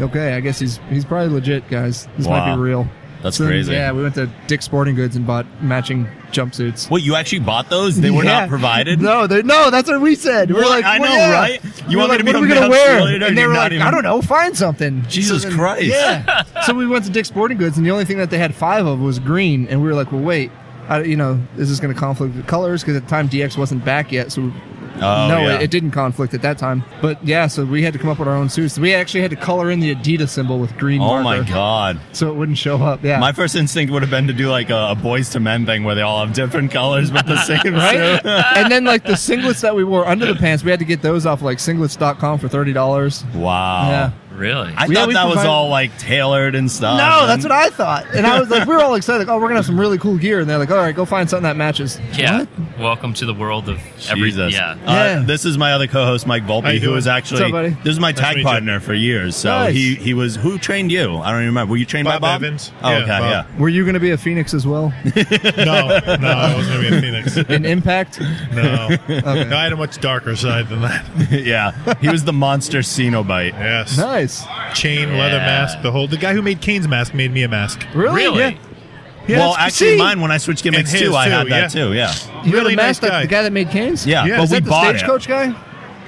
G: okay, I guess he's he's probably legit, guys. This might
C: Wow.
G: be real.
C: That's
G: then,
C: crazy.
G: yeah, we went to Dick's Sporting Goods and bought matching jumpsuits.
C: Wait, you actually bought those? They were
G: Yeah.
C: not provided.
G: No, they no. That's what we said. We're
C: What?
G: like,
C: I
G: well,
C: know,
G: yeah.
C: right? You
G: We
C: want
G: were
C: me to
G: like,
C: be
G: what
C: a
G: are we gonna
C: male
G: wear?
C: cheerleader?
G: And they
C: You're
G: were
C: not
G: like,
C: even-
G: I don't know. Find something.
C: Jesus
G: So then-
C: Christ.
G: Yeah. so we went to Dick's Sporting Goods, and the only thing that they had five of was green, and we were like, well, wait. I, you know, is this going to conflict with colors? Because at the time, DX wasn't back yet, so
C: Oh,
G: no,
C: yeah.
G: it, it didn't conflict at that time. But yeah, so we had to come up with our own suits. We actually had to color in the Adidas symbol with green
C: Oh
G: marker,
C: my god!
G: so it wouldn't show up. Yeah,
C: My first instinct would have been to do like a, a boys to men thing where they all have different colors but the same
G: right?
C: suit.
G: and then like the singlets that we wore under the pants, we had to get those off like singlets.com for thirty dollars.
C: Wow.
G: Yeah.
F: really?
C: I
G: We- yeah,
C: thought
G: we
C: that was
G: provided-
C: all like tailored and stuff.
G: No,
C: and-
G: that's what I thought. And I was like, we were all excited, like, oh, we're gonna have some really cool gear. And they're like, all right, go find something that matches.
F: yeah. Welcome to the world of every.
C: Jesus.
F: Yeah.
C: Uh,
G: Yeah.
C: This is my other co-host, Mike
H: How
C: Volpe,
H: you
C: who
H: doing?
C: is actually
G: What's up, buddy?
C: this is my
H: to meet
C: tag
H: you.
C: partner for years. So
G: Nice.
C: he he was who trained you? I don't even remember. Were you trained
H: Bob
C: by Bob
H: Evans.
C: Oh,
H: Yeah,
C: okay,
H: Bob.
C: yeah.
G: Were you gonna be a Phoenix as well?
H: No, no, I wasn't gonna be in Phoenix.
G: In Impact?
H: No. no, I had a much darker side than that.
C: yeah, he was the monster Cenobite.
H: Yes,
G: Nice.
H: chain leather
F: Yeah.
H: mask. The whole the guy who made Kane's mask made me a mask.
G: Really?
F: Really?
G: Yeah. Yeah,
C: well,
G: that's-
C: actually,
G: see?
C: mine when I switched gimmicks
H: And
C: too,
H: his
C: I
H: too,
C: had
H: yeah.
C: that too. Yeah,
G: You had
H: really
G: a mask that-
H: nice guy.
G: the guy that made canes?
C: yeah.
H: Yeah,
C: but
H: is
C: we
G: Is that the
C: bought
G: stagecoach guy?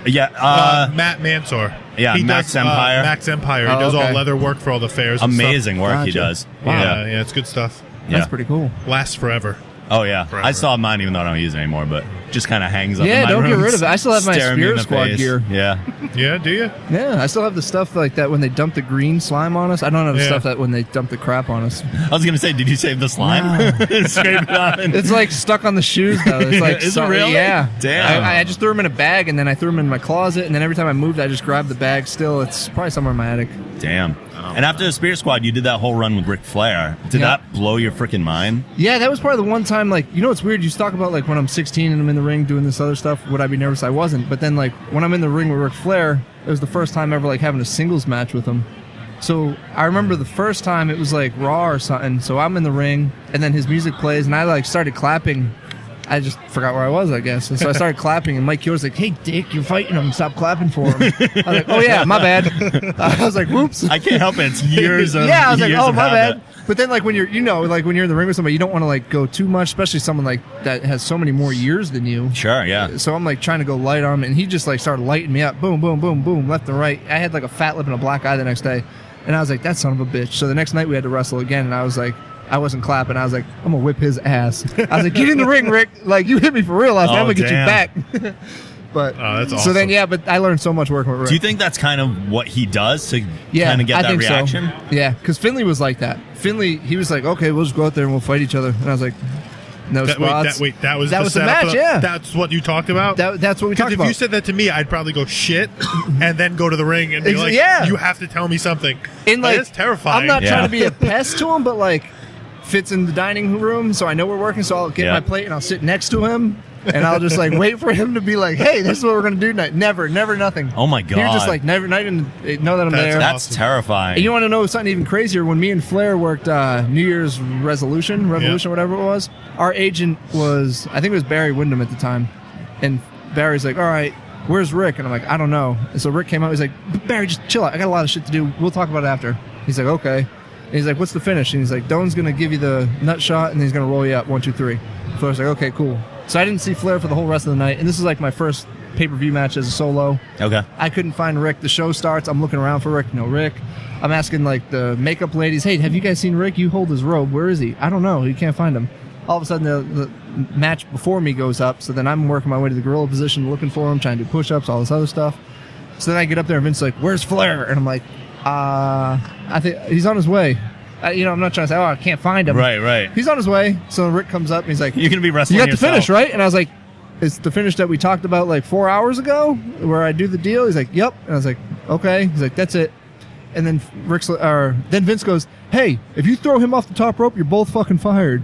C: it. Yeah,
H: Uh,
C: uh,
H: Matt Mansour.
C: yeah, Max Empire.
H: Uh, Max Empire. He
G: Oh,
H: does
G: okay.
H: all leather work for all the fairs. and
C: amazing work he
G: Gotcha.
C: does.
H: stuff. Yeah,
C: Yeah.
H: yeah, it's good stuff.
C: yeah.
G: That's pretty cool.
H: Lasts forever.
C: Oh yeah, I
H: Forever.
C: saw mine even though I don't use it anymore, but just kind of hangs up.
G: Yeah,
C: in my
G: don't get
C: room,
G: rid of it. I still have my
C: staring me
G: Spirit
C: in the
G: Squad
C: face.
G: gear.
C: Yeah,
H: Yeah, do you?
G: Yeah, I still have the stuff like that when they dump the green slime on us. I don't have the
H: Yeah.
G: stuff that when they dump the crap on us.
C: I was gonna say, did you save the slime? Scrape it off and-
G: It's like stuck on the shoes though. It's like
C: Is it
G: sorry,
C: really?
G: Yeah.
C: Damn.
G: I, I just threw them in a bag and then I threw them in my closet and then every time I moved, I just grabbed the bag. Still, it's probably somewhere in my attic.
C: Damn. and after the Spirit Squad, you did that whole run with Ric Flair. Did
G: Oh, Yeah.
C: that blow your freaking mind?
G: Yeah, that was probably the one time. Like, you know, what's weird. You talk about like when I'm 16 and I'm in the ring doing this other stuff. Would I be nervous? I wasn't. But then like when I'm in the ring with Ric Flair, it was the first time ever like having a singles match with him. So I remember the first time it was like Raw or something. So I'm in the ring, and then his music plays, and I like started clapping. I just forgot where I was, I guess. And so I started clapping, and Mike Kyo's like, "Hey, Dick, you're fighting him. Stop clapping for him." I was like, "Oh yeah, my bad." I was like, "Whoops."
C: I can't help it. It's years of
G: yeah, I was like,
C: years
G: "Oh
C: of
G: my
C: habit.
G: bad." But then, like when you're, you know, like when you're in the ring with somebody, you don't want to like go too much, especially someone like that has so many more years than you.
C: Sure, yeah.
G: So I'm like trying to go light on him, and he just like started lighting me up. Boom, boom, boom, boom, left and right. I had like a fat lip and a black eye the next day, and I was like, that son of a bitch. So the next night we had to wrestle again, and I was like, I wasn't clapping. I was like, I'm gonna whip his ass. I was like, get in the ring, Rick. Like you hit me for real last
C: Oh,
G: time. I'm gonna
C: damn.
G: get you back. but
H: Oh, that's
G: so then
H: awesome.
G: yeah, but I learned so much working with Rick.
C: Do you think that's kind of what he does to
G: yeah,
C: kind of get
G: I
C: that
G: think
C: reaction?
G: So. Yeah, because Finley was like that. Finley, he was like, okay, we'll just go out there and we'll fight each other. And I was like, no
H: That, wait,
G: spots.
H: that, wait, that was
G: that
H: the
G: was the
H: setup
G: match.
H: of-
G: yeah,
H: That's what you talked about?
G: That- that's what we
H: Because
G: talked
H: if
G: about.
H: you said that to me, I'd probably go shit and then go to the ring and be
G: Ex-
H: like,
G: yeah.
H: you have to tell me something.
G: And like,
H: that's terrifying.
G: I'm not
C: Yeah.
G: trying to be a pest to him, but like, fits in the dining room, so I know we're working. So I'll get
C: Yeah.
G: my plate and I'll sit next to him, and I'll just like wait for him to be like, "Hey, this is what we're gonna do tonight." Never, never, nothing.
C: Oh my
G: You're
C: God.
G: just like never, not even eh, know that I'm
H: That's
G: there.
H: awesome.
C: That's terrifying.
G: And you want to know something even crazier? When me and Flair worked uh, New Year's resolution, revolution, whatever it was, our agent was, I think it was Barry Windham at the time. And Barry's like, all right, where's Rick? And I'm like, I don't know. And so Rick came out. He's like, Barry, just chill out. I got a lot of shit to do. We'll talk about it after. He's like, okay. And he's like, what's the finish? And he's like, Doan's going to give you the nut shot and he's going to roll you up. One, two, three. Flair's like, okay, cool. So I didn't see Flair for the whole rest of the night. And this is like my first pay per view match as a solo.
C: okay.
G: I couldn't find Rick. The show starts. I'm looking around for Rick. No Rick. I'm asking like the makeup ladies, hey, have you guys seen Rick? You hold his robe. Where is he? I don't know. You can't find him. All of a sudden, the, the match before me goes up. So then I'm working my way to the gorilla position, looking for him, trying to do push ups, all this other stuff. So then I get up there, and Vince's like, "Where's Flair?" And I'm like, "Uh, I think he's on his way." I, you know, I'm not trying to say, "Oh, I can't find him."
C: Right, right.
G: He's on his way. So Rick comes up, and he's like,
C: You're going to be wrestling
G: you got
C: yourself.
G: the finish, right? And I was like, it's the finish that we talked about like four hours ago where I do the deal. He's like, yep. And I was like, okay. He's like, that's it. And then Rick's, or then Vince goes, hey, if you throw him off the top rope, you're both fucking fired.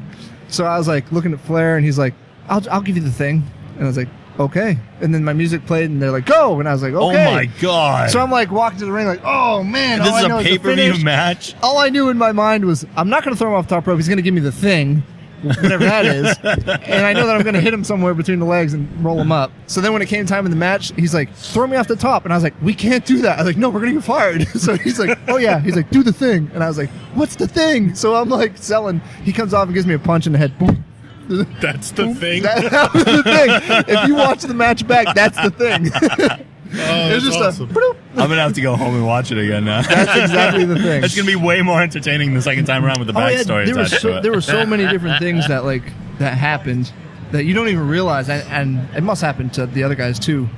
G: So I was like looking at Flair and he's like, I'll, I'll give you the thing. And I was like, okay. And then my music played and they're like, go. And I was like,
C: Oh
G: okay.
C: my god.
G: So I'm like walking to the ring like, oh man.
C: this
G: all
C: is
G: I know
C: a
G: the
C: pay-per-view
G: finish
C: match.
G: all I knew in my mind was I'm not going to throw him off top rope. He's going to give me the thing, whatever that is. and I know that I'm going to hit him somewhere between the legs and roll him up. So then when it came time in the match, he's like, "Throw me off the top," and I was like, "We can't do that." I was like, "No, we're going to get fired." so he's like, "Oh yeah," he's like, "Do the thing," and I was like, "What's the thing?" So I'm like selling. He comes off and gives me a punch in the head. Boom.
H: That's the thing.
G: That, that was the thing. If you watch the match back, that's the thing.
H: oh,
G: it was
H: that's
G: just
H: awesome.
G: a. bloop.
C: I'm going to have to go home and watch it again now.
G: That's exactly the thing.
C: It's going to be way more entertaining the second time around with the
G: Oh, yeah,
C: backstory
G: there, were
C: attached
G: so,
C: to
G: there
C: it.
G: were so many different things that like that happened that you don't even realize, and, and it must happen to the other guys too.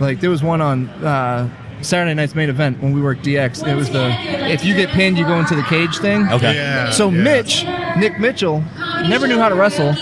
G: Like there was one on uh, Saturday night's main event when we worked DX. It was the if you get pinned, you go into the cage thing.
C: Okay.
H: Yeah,
G: So
H: yeah.
G: Mitch, Nick Mitchell, never knew how to wrestle.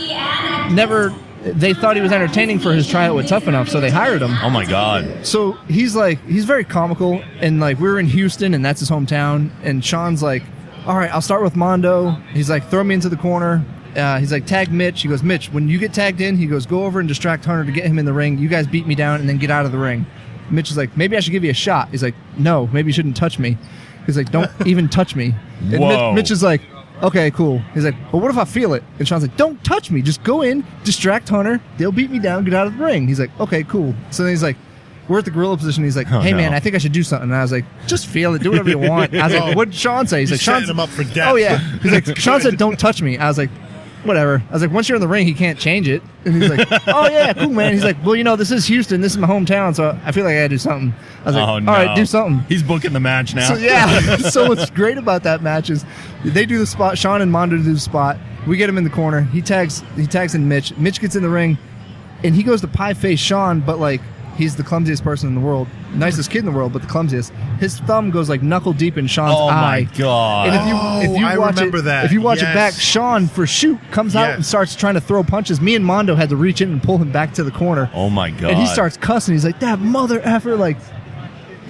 G: Never, they thought he was entertaining for his tryout with Tough Enough, so they hired him.
C: Oh my god.
G: So he's like, he's very comical, and like we were in Houston, and that's his hometown. And Sean's like, all right, I'll start with Mondo. He's like, throw me into the corner. Uh, he's like, tag Mitch. He goes, Mitch, when you get tagged in, he goes, go over and distract Hunter to get him in the ring. You guys beat me down and then get out of the ring. Mitch is like, maybe I should give you a shot. He's like, no, maybe you shouldn't touch me. He's like, don't even touch me. And Mitch-
C: Whoa.
G: Mitch is like, okay, cool. He's like, well, what if I feel it? And Sean's like, don't touch me. Just go in, distract Hunter. They'll beat me down, get out of the ring. He's like, okay, cool. So then he's like, we're at the gorilla position. He's like,
C: Oh,
G: hey,
C: no.
G: man, I think I should do something. And I was like, just feel it. Do whatever you want. I was
H: Oh.
G: like, what did Sean say? He's
H: You're
G: like, Sean's,
H: setting him up for death.
G: Oh, yeah. He's like, Sean said, don't touch me. I was like, whatever. I was like, once you're in the ring, he can't change it. And he's like, oh, yeah, cool, man. He's like, well, you know, this is Houston. This is my hometown. So I feel like I got to do something. I was like,
C: Oh no.
G: all right, do something.
C: He's booking the match now.
G: So yeah. so what's great about that match is they do the spot. Sean and Mondo do the spot. We get him in the corner. He tags. He tags in Mitch. Mitch gets in the ring, and he goes to pie face Sean, but like he's the clumsiest person in the world, nicest kid in the world, but the clumsiest. His thumb goes like knuckle deep in Sean's
C: Oh
G: eye.
C: my god.
G: And if you if
H: Oh,
G: you
H: I
G: watch
H: remember
G: it,
H: that.
G: if you watch it
H: Yes.
G: back, Sean for shoot comes out
H: Yeah.
G: and starts trying to throw punches. Me and Mondo had to reach in and pull him back to the corner.
C: oh my god.
G: And he starts cussing. He's like, that mother effer. Like,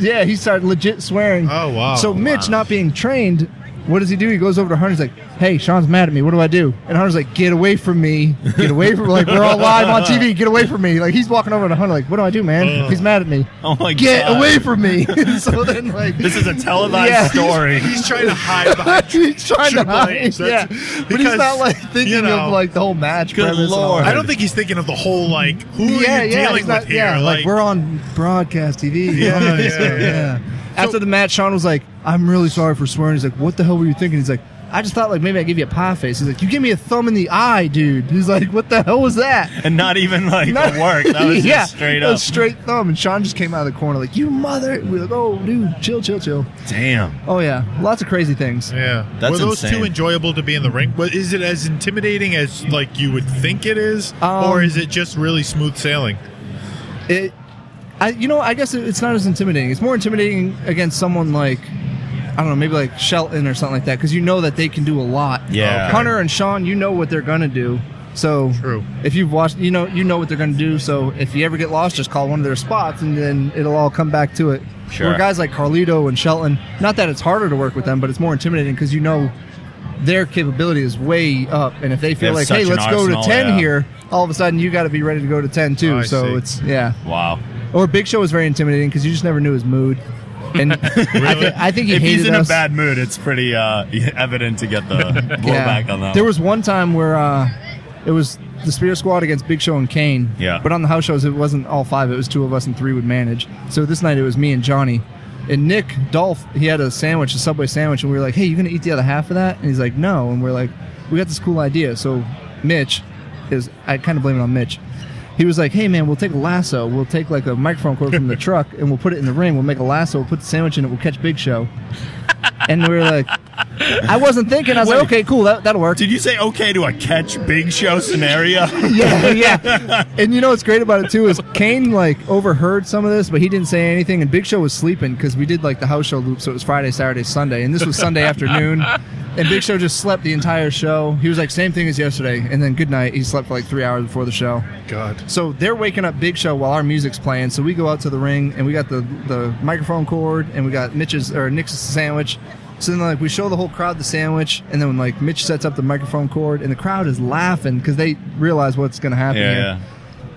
G: yeah, he started legit swearing.
H: Oh, wow.
G: So Mitch, not being trained, What does he do? He goes over to Hunter. He's like, "Hey, Sean's mad at me. What do I do?" And Hunter's like, "Get away from me! Get away from like we're all live on TV. Get away from me!" Like he's walking over to Hunter. Like, "What do I do, man? He's mad at me.
C: Oh my
G: Get
C: God.
G: away from me!" so then like
C: This is a televised
G: Yeah.
C: story.
H: He's trying to hide behind
G: he's trying to
H: Triple
G: hide.
H: H,
G: Yeah,
H: that's-
G: but he's
H: because,
G: not like thinking
H: you know,
G: of like the whole match.
C: Good
G: premise and all
C: lord.
G: that.
H: I don't think he's thinking of the whole like who are you dealing
G: he's
H: with
G: not-
H: here?
G: yeah, like, we're on broadcast TV.
H: Yeah,
G: All this
H: yeah,
G: stuff,
H: yeah.
G: After the match, Sean was like, "I'm really sorry for swearing." He's like, "What the hell were you thinking?" He's like, "I just thought like maybe I would give you a pie face." He's like, "You give me a thumb in the eye, dude." He's like, "What the hell was that?"
C: and not even like
G: Not-
C: the work. That was
G: yeah,
C: just straight
G: that
C: up.
G: was straight thumb, and Sean just came out of the corner like, "You mother!" We're like, "Oh, dude, chill, chill, chill."
C: Damn.
G: Oh yeah, lots of crazy things.
H: yeah.
C: That's
H: Were those
C: insane.
H: two enjoyable to be in the ring? But is it as intimidating as like you would think it is, or
G: Um,
H: is it just really smooth sailing?
G: It, I, you know, I guess it, it's not as intimidating. It's more intimidating against someone like, I don't know, maybe like Shelton or something like that, because you know that they can do a lot.
C: Yeah.
G: Hunter and Sean, you know what they're gonna do. So
H: True.
G: If you've watched, you know, you know what they're gonna do. So if you ever get lost, just call one of their spots, and then it'll all come back to it.
C: Sure.
G: Where guys like Carlito and Shelton, not that it's harder to work with them, but it's more intimidating because you know their capability is way up, and if they feel
C: have
G: like,
C: such
G: hey,
C: an
G: let's go
C: arsenal,
G: to ten
C: yeah. Oh,
G: here, all of a sudden you got to be ready to go to ten too.
H: I
G: so
H: see.
G: it's yeah.
C: Wow.
G: Or Big Show was very intimidating because you just never knew his mood. And I, thi- I think he
C: if
G: hated
C: he's in
G: us.
C: a bad mood, it's pretty uh, evident to get the
G: Yeah.
C: blowback on that.
G: There
C: one.
G: was one time where uh, it was the Spirit Squad against Big Show and Kane.
C: Yeah.
G: But on the house shows, it wasn't all five. It was two of us and three would manage. So this night it was me and Johnny. And Nick Dolph, he had a sandwich, a Subway sandwich, and we were like, "Hey, you gonna eat the other half of that?" And he's like, "No." And we're like, "We got this cool idea." So Mitch is, I kind of blame it on Mitch. He was like, "Hey man, we'll take a lasso. We'll take like a microphone cord from the truck, and we'll put it in the ring. We'll make a lasso. We'll put the sandwich in it. We'll catch Big Show." And we were like, "I wasn't thinking." I was like,
C: Wait.
G: "Okay, cool. That, that'll work."
C: Did you say okay to a catch big show scenario?
G: yeah, yeah. And you know what's great about it too is Kane like overheard some of this, but he didn't say anything. And Big Show was sleeping because we did like the house show loop, so it was Friday, Saturday, Sunday, and this was Sunday afternoon. And Big Show just slept the entire show. He was like same thing as yesterday, and then good night. He slept for like three hours before the show.
H: God.
G: So they're waking up Big Show while our music's playing. So we go out to the ring and we got the the microphone cord and we got Mitch's or Nick's sandwich. So then like we show the whole crowd the sandwich and then like Mitch sets up the microphone cord and the crowd is laughing because they realize what's gonna happen. here.
C: yeah,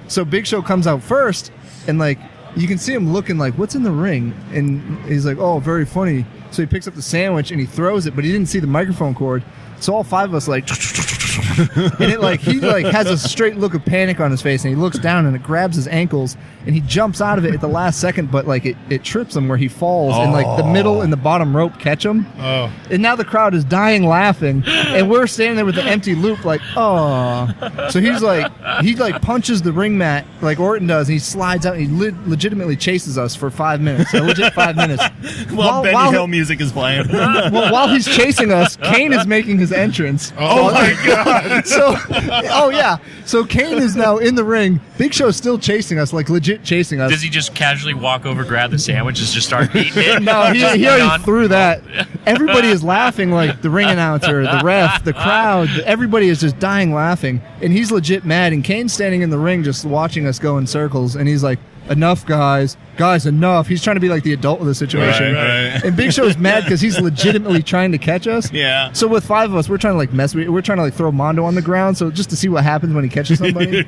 G: So Big Show comes out first, and like you can see him looking like, "What's in the ring?" And he's like, "Oh, very funny." So he picks up the sandwich and he throws it, but he didn't see the microphone cord. So all five of us like, and it like he like has a straight look of panic on his face, and he looks down and it grabs his ankles, and he jumps out of it at the last second, but like it, it trips him where he falls, and like the middle and the bottom rope catch him.
H: Oh,
G: And now the crowd is dying laughing, and we're standing there with the empty loop, like, oh. So he's like, he like punches the ring mat, like Orton does, and he slides out. And he le- legitimately chases us for five minutes, a legit five minutes.
C: yeah. While Benny Hill music is playing.
G: well, while he's chasing us, Kane is making his entrance.
H: oh my God!
G: So, oh yeah. So Kane is now in the ring. Big Show's still chasing us, like legit chasing us.
I: Does he just casually walk over, grab the sandwich, and just start eating it?
G: No, he,
I: Just
G: he
I: hang
G: already
I: on?
G: threw that. Everybody is laughing, like the ring announcer, the ref, the crowd. Everybody is just dying laughing, and he's legit mad. And Kane's standing in the ring, just watching us go in circles, and he's like, "Enough, guys, guys, enough." He's trying to be like the adult of the situation.
C: Right, right.
G: And Big Show's mad because he's legitimately trying to catch us.
C: Yeah.
G: So with five of us, we're trying to like mess. with- We're trying to like throw Mondo on the ground, so just to see what happens when he catches somebody.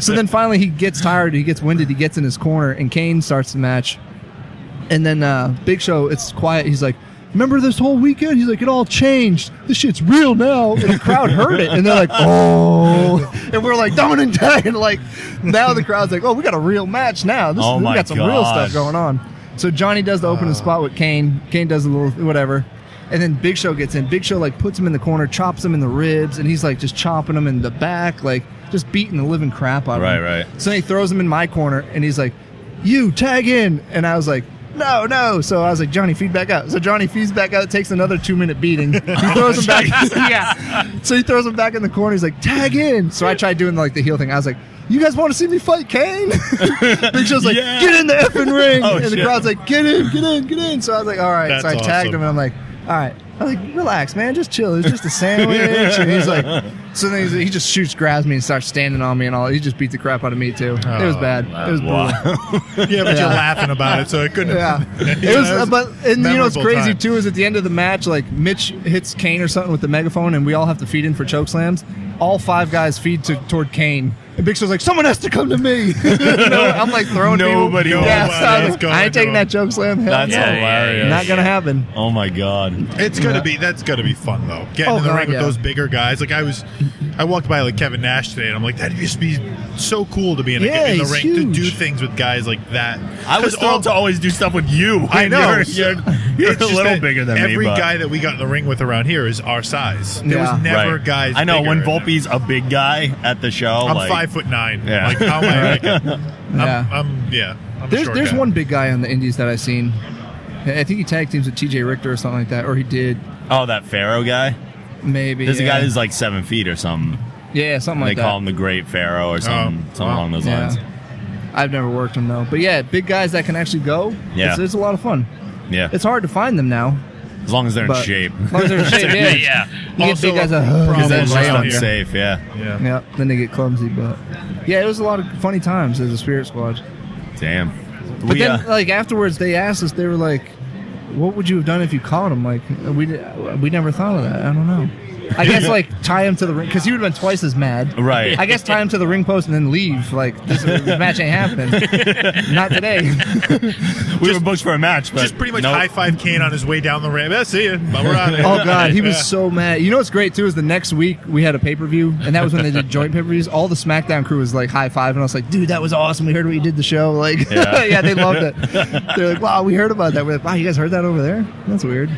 G: so then finally he gets tired, he gets winded, he gets in his corner, and Kane starts the match. And then uh, Big Show, it's quiet. He's like, "Remember this whole weekend?" He's like, "It all changed. This shit's real now." And the crowd heard it, and they're like, "Oh!" And we're like, "Dumb and dying." Like now the crowd's like, "Oh, we got a real match now. This,
C: Oh
G: we
C: my
G: got some real
C: gosh.
G: stuff going on." So Johnny does the
C: Ah.
G: opening spot with Kane. Kane does a little whatever. And then Big Show gets in. Big Show like puts him in the corner, chops him in the ribs, and he's like just chopping him in the back, like just beating the living crap out of
C: Right,
G: him.
C: right.
G: So then he throws him in my corner and he's like, You tag in. And I was like, No, no. So I was like, Johnny, feed back out. So Johnny feeds back out, takes another two minute beating. He
C: Oh,
G: throws him back. yeah. So he throws him back in the corner. He's like, Tag in. So I tried doing like the heel thing. I was like, you guys want to see me fight Kane? Big Show's like,
C: Yeah.
G: get in the effing ring.
C: Oh,
G: and the
C: shit.
G: crowd's like, get in, get in, get in. So I was like, all right. so I
H: That's
G: tagged him
H: awesome.
G: and I'm like, all right. I'm like, relax, man. Just chill. It's just a sandwich. and he's like, So then he's- he just shoots, grabs me, and starts standing on me and all. He just beat the crap out of me too. it
C: Oh,
G: was bad. It was brutal.
H: Yeah, but you're laughing about it, so it couldn't.
G: Yeah, it
H: Yeah,
G: was.
H: that
G: uh,
H: was
G: but and you know what's
H: memorable
G: crazy
H: time.
G: too is at the end of the match, like Mitch hits Kane or something with the megaphone, and we all have to feed in for choke slams. All five guys feed to toward Kane, and Big Show's like, "Someone has to come to me." You know, I'm like throwing
C: Nobody
G: People. Yeah, so I, was
H: Nobody's
G: like,
H: going
G: I ain't
H: to
G: taking
H: him."
G: that choke slam. Hell
C: That's
G: no.
I: Yeah, yeah,
C: hilarious.
I: yeah.
G: not gonna happen.
C: Oh my god.
H: It's gonna
G: Yeah.
H: be that's gonna be fun though. Getting
G: Oh,
H: in the
G: God,
H: ring with
G: yeah.
H: those bigger guys. Like I was, I walked by like Kevin Nash today, and I'm like, that would just be so cool to be in, a,
G: Yeah,
H: in the
G: he's
H: ring
G: huge.
H: to do things with guys like that.
C: I was
H: 'Cause all-
C: thrilled to always do stuff with you.
H: I know
C: You're, you're- you're
H: It's
C: a
H: just
C: little
H: that
C: bigger than
H: every
C: me. but-
H: guy that we got in the ring with around here is our size. There
G: Yeah.
H: was never
C: Right.
H: guys.
C: I know
H: bigger
C: when
H: than-
C: Volpe's a big guy at the show.
H: I'm
C: like,
H: five foot nine.
C: Yeah.
H: Like how am I? Like, I'm,
G: Yeah.
H: I'm yeah. I'm a
G: There's
H: short
G: there's
H: guy.
G: one big guy on the Indies that I've seen. I think he tag teams with T.J. Richter or something like that, or he did.
C: Oh, that Pharaoh guy.
G: Maybe
C: There's
G: yeah.
C: a guy who's like seven feet or something.
G: yeah something
C: they
G: like that.
C: call him the Great Pharaoh or something,
H: Oh,
C: something
H: wow.
C: along those
G: Yeah.
C: lines.
G: I've never worked them though, but yeah, big guys that can actually go.
C: Yeah.
G: it's, it's a lot of fun.
C: Yeah,
G: It's hard to find them now.
C: as long as they're in
G: but-
C: shape.
G: As long as they're in shape,
I: yeah.
G: yeah. You
H: Also
G: get big guys
H: a
G: that,
H: problem
C: Because
H: Yeah.
C: that's just
H: Yeah.
C: unsafe. Yeah.
H: Yeah.
G: yeah, then they get clumsy. But yeah, it was a lot of funny times as a spirit squad.
C: Damn.
G: But
C: We,
G: then,
C: uh,
G: like afterwards, they asked us. They were like, "What would you have done if you caught him?" Like we di- we never thought of that. I don't know. I guess like tie him to the ring because he would have been twice as mad.
C: Right.
G: I guess tie him to the ring post and then leave. Like this, this match ain't happening. Not today.
C: we were booked for a match, but
H: Just pretty much
C: nope.
H: high five Kane on his way down the ramp. Yeah, see you. But we're on it.
G: Oh god, he was
H: Yeah.
G: so mad. You know what's great too is the next week we had a pay per view, and that was when they did joint pay per views. All the SmackDown crew was like high five, and I was like, dude, that was awesome. We heard what you did the show. Like,
C: Yeah.
G: yeah, they loved it. They're like, wow, we heard about that. We're like, wow, you guys heard that over there? That's weird.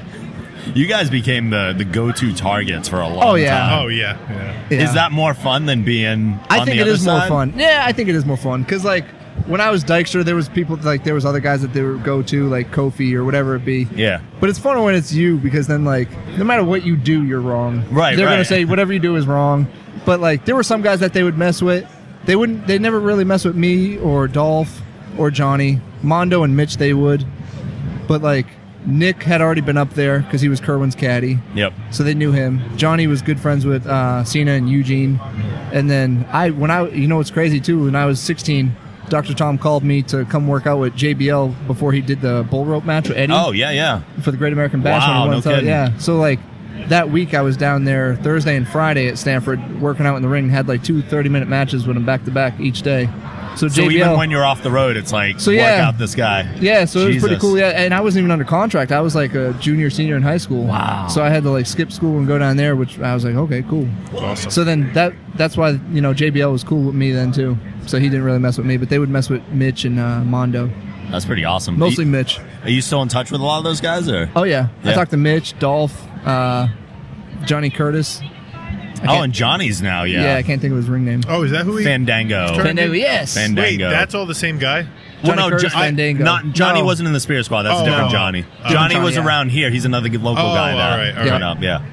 C: You guys became the the go to targets for a long
G: Oh, yeah.
C: time.
H: Oh yeah. Yeah.
G: Yeah.
C: Is that more fun than being?
G: I
C: on
G: think
C: the
G: it
C: other
G: is
C: side?
G: more fun. Yeah, I think it is more fun because like when I was Dykstra, there was people like there was other guys that they would go to like Kofi or whatever it be.
C: Yeah.
G: But it's funner when it's you because then like no matter what you do, you're wrong.
C: Right,
G: They're gonna
C: right.
G: say whatever you do is wrong. But like there were some guys that they would mess with. They wouldn't. They never really mess with me or Dolph or Johnny Mondo and Mitch. They would. But like Nick had already been up there because he was Kerwin's caddy.
C: Yep.
G: So they knew him. Johnny was good friends with uh, Cena and Eugene. And then I, when I, you know, what's crazy too. When I was 16, Dr. Tom called me to come work out with JBL before he did the bull rope match with Eddie
C: Oh yeah, yeah.
G: for the Great American Bash. when he
C: Wow,
G: won
C: no
G: the title.
C: kidding.
G: Yeah. So like that week, I was down there Thursday and Friday at Stanford working out in the ring. Had like two 30 minute matches with him back to back each day. So,
C: So
G: JBL,
C: even when you're off the road, it's like
G: So,
C: work
G: yeah.
C: out this guy.
G: yeah, so it was pretty
C: Jesus.
G: cool. Yeah, and I wasn't even under contract. I was like a junior, senior in high school.
C: Wow.
G: So I had to like skip school and go down there, which I was like, okay, cool.
H: Awesome.
G: So then that that's why you know JBL was cool with me then too. So he didn't really mess with me, but they would mess with Mitch and uh, Mondo,
C: That's pretty awesome.
G: mostly
C: Are you,
G: Mitch.
C: are you still in touch with a lot of those guys, or
G: Oh yeah.
C: Yeah.
G: I talked to Mitch, Dolph, uh, Johnny Curtis.
C: oh, and Johnny's now,
G: Yeah. I
C: yeah.
G: can't think of his ring name.
H: Oh, is that who he?
C: Fandango.
G: Fandango, yes.
C: Fan-
H: Wait,
C: Fandango.
H: that's all the same guy.
C: well,
G: Johnny
C: no,
G: Curtis
C: Jo- I-
G: Fandango.
C: not Johnny
G: No.
C: wasn't in the Spear Squad. That's a
H: Oh,
C: different
H: no.
C: Johnny.
H: Oh.
C: Johnny
G: Johnny,
C: was
G: yeah.
C: around here. He's another good local
H: Oh,
C: guy.
H: all
C: Now.
H: right, all
C: Coming
G: right.
C: up, yeah.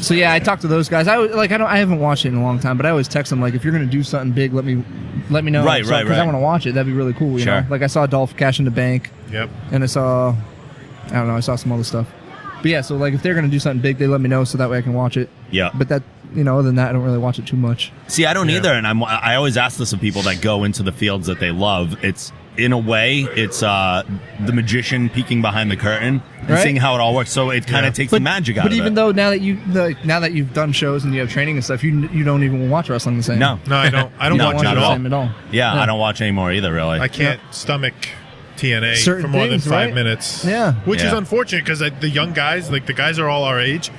G: So yeah, I talked to those guys. I always- like I don't I haven't watched it in a long time, but I always text them like if you're gonna do something big, let me let me know.
C: Right, right,
G: Because
C: right.
G: I want to watch it. That'd be really cool. You
C: Sure.
G: know, like I saw Dolph cash in the bank,
H: Yep.
G: and I saw I don't know, I saw some other stuff. But yeah, so like if they're gonna do something big, they let me know so that way I can watch it.
C: Yeah.
G: But that you know, other than that, I don't really watch it too much.
C: See, I don't either, and I'm I always ask this of people that go into the fields that they love. It's in a way, it's uh, the magician peeking behind the curtain and
G: Right.
C: seeing how it all works. So it kind of takes the magic out
G: But
C: of
G: even
C: it.
G: though now that you like, now that you've done shows and you have training and stuff, you you don't even watch wrestling the same.
C: no,
H: No, I don't. I
G: You
H: don't
C: No,
H: watch it
C: not
H: at
C: the
H: all.
G: same at all.
C: yeah, I don't watch anymore either. Really,
H: I can't stomach TNA
G: Certain
H: for more
G: things,
H: than five
G: right?
H: minutes.
G: Yeah.
H: which is
C: Yeah.
H: unfortunate because the young guys, like the guys, are all our age.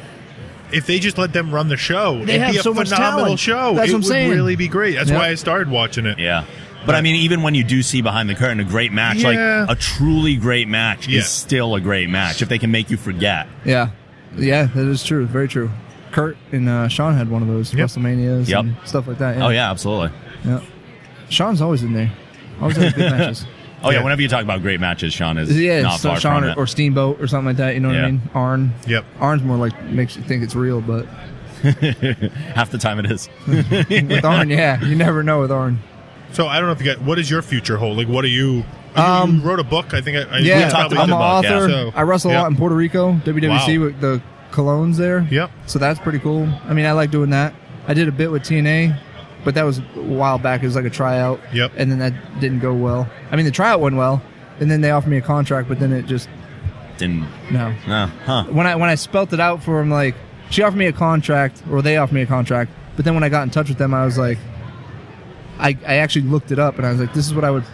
H: If they just let them run the show,
G: They
H: it'd
G: have
H: be a
G: so much
H: phenomenal
G: talent.
H: show.
G: That's what
H: it
G: I'm
H: would
G: saying.
H: really be great. That's
G: Yeah.
H: why I started watching it.
C: Yeah. But I mean, even when you do see behind the curtain a great match,
H: Yeah.
C: like a truly great match
H: Yeah.
C: is still a great match if they can make you forget.
G: Yeah, yeah, that is true. Very true. Kurt and uh, Sean had one of those
H: Yep.
G: WrestleManias
C: Yep.
G: and stuff like that. Yeah.
C: Oh, yeah, absolutely.
G: yeah. Sean's always in there. Always has good matches.
C: Oh, yeah.
H: Yeah.
C: Whenever you talk about great matches, Sean is
G: Yeah,
C: not
G: so
C: far
G: Sean
C: from
G: or,
C: it.
G: or Steamboat or something like that. You know what
C: Yeah.
G: I mean? Arn.
H: Yep.
G: Arn's more like makes you think it's real, but
C: Half the time it is.
G: with Arn, yeah, you never know with Arn.
H: So I don't know if you got what does your future hold? Like, what are you? you-
G: Um,
H: you wrote a book. I think I, I
G: yeah,
H: we probably
C: about
G: I'm
H: did-
G: an
C: it, Buck, yeah.
G: author.
H: So,
G: I wrestle a
H: yeah.
G: lot in Puerto Rico, WWC
H: Wow.
G: with the colognes there.
H: Yep.
G: So that's pretty cool. I mean, I like doing that. I did a bit with TNA, but that was a while back. It was like a tryout.
H: Yep.
G: And then that didn't go well. I mean, the tryout went well, and then they offered me a contract, but then it just
C: Didn't.
G: no.
C: No. Huh.
G: When I when I spelt it out for him, like she offered me a contract, or they offered me a contract, but then when I got in touch with them, I was like, I I actually looked it up, and I was like, this is what I would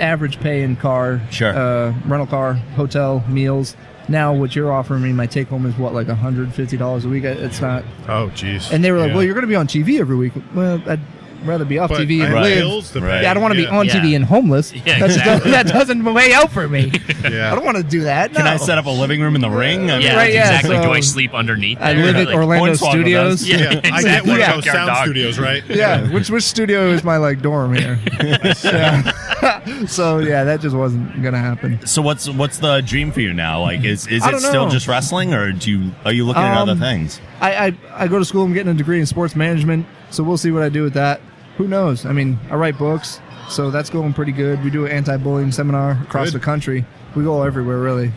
G: average pay in car,
C: Sure.
G: uh, rental car, hotel, meals. Now what you're offering me, my take home is what like 150 dollars a week. It's not
H: Oh, jeez.
G: and they were like,
H: Yeah.
G: "Well, you're going to be on TV every week." Well, I'd rather be off
H: But
G: TV
H: I
G: and
H: have
G: live.
H: bills to
C: Right.
H: pay.
G: Yeah, I don't want to be on
F: Yeah.
G: TV and homeless.
F: Yeah,
G: That's-
F: exactly.
G: that doesn't weigh out for me.
H: Yeah.
G: I don't want to do that.
C: Can
G: no.
C: I set up a living room in the ring? I mean,
F: Yeah,
G: Right, yeah,
F: exactly.
G: so-
F: Do I sleep underneath?
G: I
F: there?
G: live at
F: Like,
G: Orlando
C: Hornswoggle
G: Studios.
C: does.
H: Yeah, I get one
G: Yeah.
H: of those sound
I: Dog.
H: studios, right?
G: Yeah, which which studio is my like dorm here? Yeah. so yeah, that just wasn't gonna happen.
C: So what's what's the dream for you now? Like, is is
G: I
C: it
G: don't
C: still
G: know.
C: just wrestling, or do you are you looking at
G: Um,
C: other things?
G: I, I I go to school. I'm getting a degree in sports management, so we'll see what I do with that. Who knows? I mean, I write books, so that's going pretty good. We do an anti-bullying seminar across
H: Good.
G: the country. We go everywhere, really.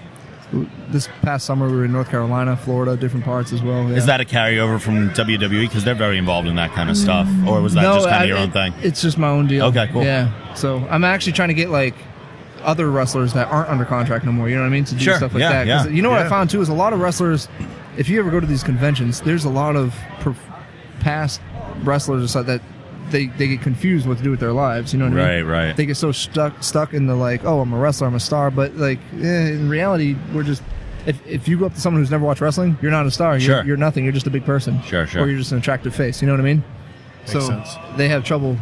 G: This past summer, we were in North Carolina, Florida, different parts as well. yeah.
C: Is that a carryover from WWE because they're very involved in that kind of stuff, or was that just kind
G: I-
C: of your own
G: it-
C: thing?
G: It's just my own deal.
C: Okay, cool.
G: Yeah. So I'm actually trying to get like other wrestlers that aren't under contract no more. You know what I mean? To do
C: Sure.
G: stuff like
C: Yeah,
G: that. 'Cause
C: yeah.
G: You know what
H: Yeah.
G: I found too is a lot of wrestlers. If you ever go to these conventions, there's a lot of per- past wrestlers or stuff that they they get confused what to do with their lives. You know what I mean?
C: Right, right.
G: They get so stuck stuck in the like, oh, I'm a wrestler, I'm a star, but like eh, in reality, we're just. If, if you go up to someone who's never watched wrestling, you're not a star. You're,
C: Sure.
G: you're nothing. You're just a big person.
C: Sure, sure.
G: Or you're just an attractive face. You know what I mean? so
H: sense.
G: they have trouble,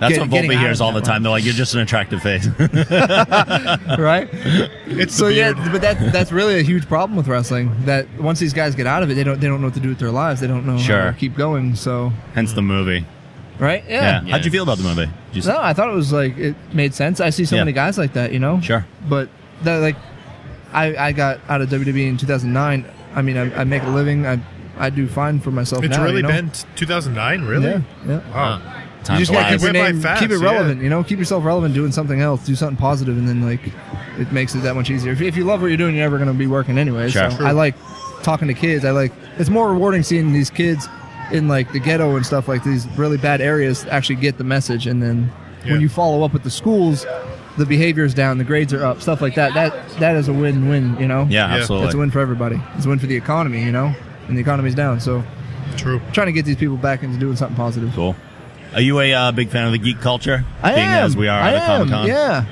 C: That's
G: get-
C: what
G: getting
C: Volpe
G: out
C: hears
G: of
C: all the
G: that
C: time. They're like, "You're just an attractive face."
G: right?
H: It's
G: so
H: the
G: yeah,
H: beard.
G: but that that's really a huge problem with wrestling. That once these guys get out of it, they don't they don't know what to do with their lives. They don't know how
C: Sure.
G: to keep going. So
C: Hence the movie.
G: right, yeah.
C: Yeah. How'd you feel about the movie? Did you-
G: No, I thought it was like it made sense. I see so
C: Yeah.
G: many guys like that, you know.
C: Sure.
G: But that like, I I got out of WWE in 2009. I mean, I, I make a living. I I do fine for myself.
H: It's
G: now,
H: really
G: you know?
H: been 2009, really?
G: Yeah, yeah.
H: Wow.
C: Time
G: you just
C: flies.
G: gotta keep your
H: It went by
G: name,
H: fast,
G: keep it
H: yeah.
G: relevant. You know, keep yourself relevant, doing something else, do something positive, and then like it makes it that much easier. If, if you love what you're doing, you're never gonna be working anyway.
C: Sure.
G: So
C: True.
G: I like talking to kids. I like it's more rewarding seeing these kids in like the ghetto and stuff like these really bad areas actually get the message, and then
H: Yeah.
G: when you follow up with the schools, the behavior's down, the grades are up, stuff like that. That that is a win-win. You know,
C: yeah,
H: Yeah.
C: absolutely.
G: that's a win for everybody. It's a win for the economy. You know, and the economy's down, so
H: True.
G: trying to get these people back into doing something positive.
C: Cool. Are you a uh, big fan of the geek culture?
G: I
C: Being
G: am.
C: as we are
G: I
C: at a
G: am.
C: Comic Con.
G: Yeah.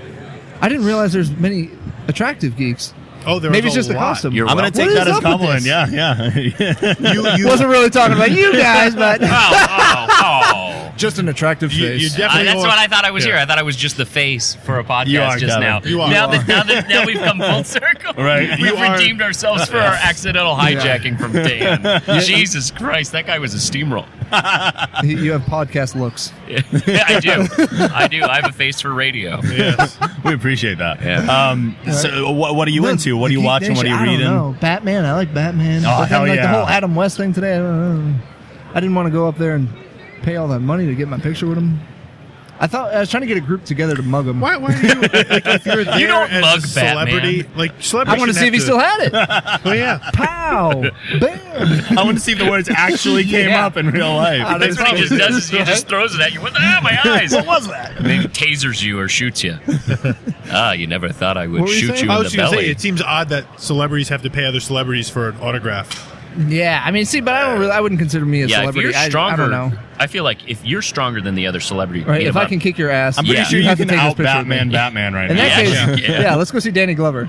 G: I didn't realize there's many attractive geeks.
H: Oh, there
G: Maybe it's
H: was a
G: just the
H: lot.
G: costume.
F: You're
C: I'm gonna
F: welcome.
C: take
G: What
C: that
G: is
C: as a
G: up with
C: compliment.
G: this?
C: Yeah, yeah.
H: You, you,
G: Wasn't really talking about you guys, but
F: Oh, oh, oh.
G: just an attractive
H: you, you
G: face.
H: definitely
F: Uh, that's
H: owe-
F: what I thought I was
H: Yeah.
F: here. I thought I was just the face for a podcast
C: You are,
F: just
C: Kevin.
F: now.
H: You are.
F: Now,
H: You
F: That, now that now we've come full circle,
C: Right.
F: We've
H: You are.
F: redeemed ourselves for our accidental hijacking from Dan. Jesus Christ, that guy was a steamroll.
G: You, you have podcast looks.
F: Yeah, I do. I do. I have a face for radio.
H: Yes.
C: we appreciate that.
F: Yeah.
C: Um, so, what, what are you into? What are
G: The
C: you
G: Geek
C: watching? What are
G: Nation,
C: you
G: I don't
C: reading?
G: know. Batman. I like Batman.
C: Oh,
G: But then,
C: hell
G: like
C: yeah.
G: the whole Adam West thing today. I, don't know. I didn't want to go up there and pay all that money to get my picture with him. I thought I was trying to get a group together to mug him.
H: Why, why are you, like, if you're there
F: don't
H: as
F: mug
H: a celebrity, like, celebrity
G: I want to see if
H: shouldn't have
G: he still had it.
H: Oh, yeah.
G: Pow! Bam!
C: I want to see if the words actually came
G: Yeah.
C: up in real life.
F: That's what he just does. Is he just throws it at you. What the ah, my eyes? What was that? And then tasers you or shoots you. ah, you never thought I would
G: What were you
F: shoot
G: saying?
F: you
H: I
F: in
H: was
F: the
H: going to say,
F: belly.
H: it seems odd that celebrities have to pay other celebrities for an autograph.
G: Yeah, I mean, see, but I don't really, I wouldn't consider me a
F: yeah, if
G: celebrity.
F: you're
G: I-
F: stronger,
G: I, don't know.
F: I feel like if you're stronger than the other celebrity,
G: Right?
F: beat
G: If
F: him
G: I
F: up.
G: can kick your ass,
C: I'm pretty
F: Yeah.
C: sure
G: you
C: you,
G: have to
C: can
G: take this
C: out
G: picture with me.
C: Batman Batman right
G: In
C: now.
G: that case,
F: Yeah,
G: yeah.
F: yeah.
G: let's go see Danny Glover,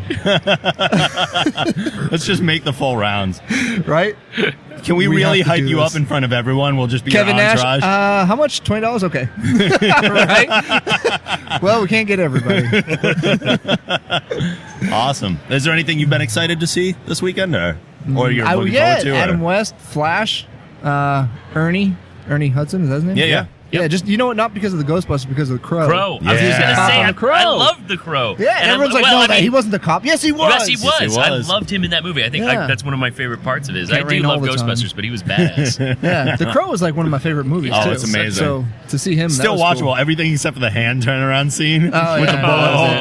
C: Let's just make the full rounds.
G: right?
C: Can we,
G: We
C: really
G: have to
C: hype
G: do
C: you
G: this.
C: up in front of everyone? We'll just be
G: Kevin
C: your
G: Nash.
C: entourage.
G: Uh, how much? Twenty dollars? Okay. right? well, we can't get everybody.
C: awesome. Is there anything you've been excited to see this weekend, or or you're
G: Mm, I,
C: looking
G: yeah,
C: forward to? or-
G: Adam West, Flash, uh, Ernie, Ernie Hudson is that his name?
C: yeah, yeah.
G: Yeah, just you know what? Not because of the Ghostbusters, because of the Crow.
F: Crow. I was just
C: Yeah.
F: gonna say, I,
G: The Crow.
F: I loved the Crow.
G: Yeah,
F: And I-
G: everyone's like,
F: well,
G: no,
F: I
G: that
F: mean,
G: he wasn't the cop. Yes, he was.
F: Yes, he was.
C: he
F: I
C: was.
F: loved him in that movie. I think
G: Yeah.
F: I, that's one of my favorite parts of his.
G: Can't
F: I do
G: rain all
F: love
G: the time.
F: Ghostbusters, but he was badass.
G: Yeah, The Crow was like one of my favorite movies.
C: Oh,
G: too.
C: it's amazing.
G: So to see him, that
C: Still
G: was
C: watchable.
G: cool.
C: Everything except for the hand turnaround scene
G: Oh,
C: with
G: yeah.
C: the bullet
F: Oh,
C: hole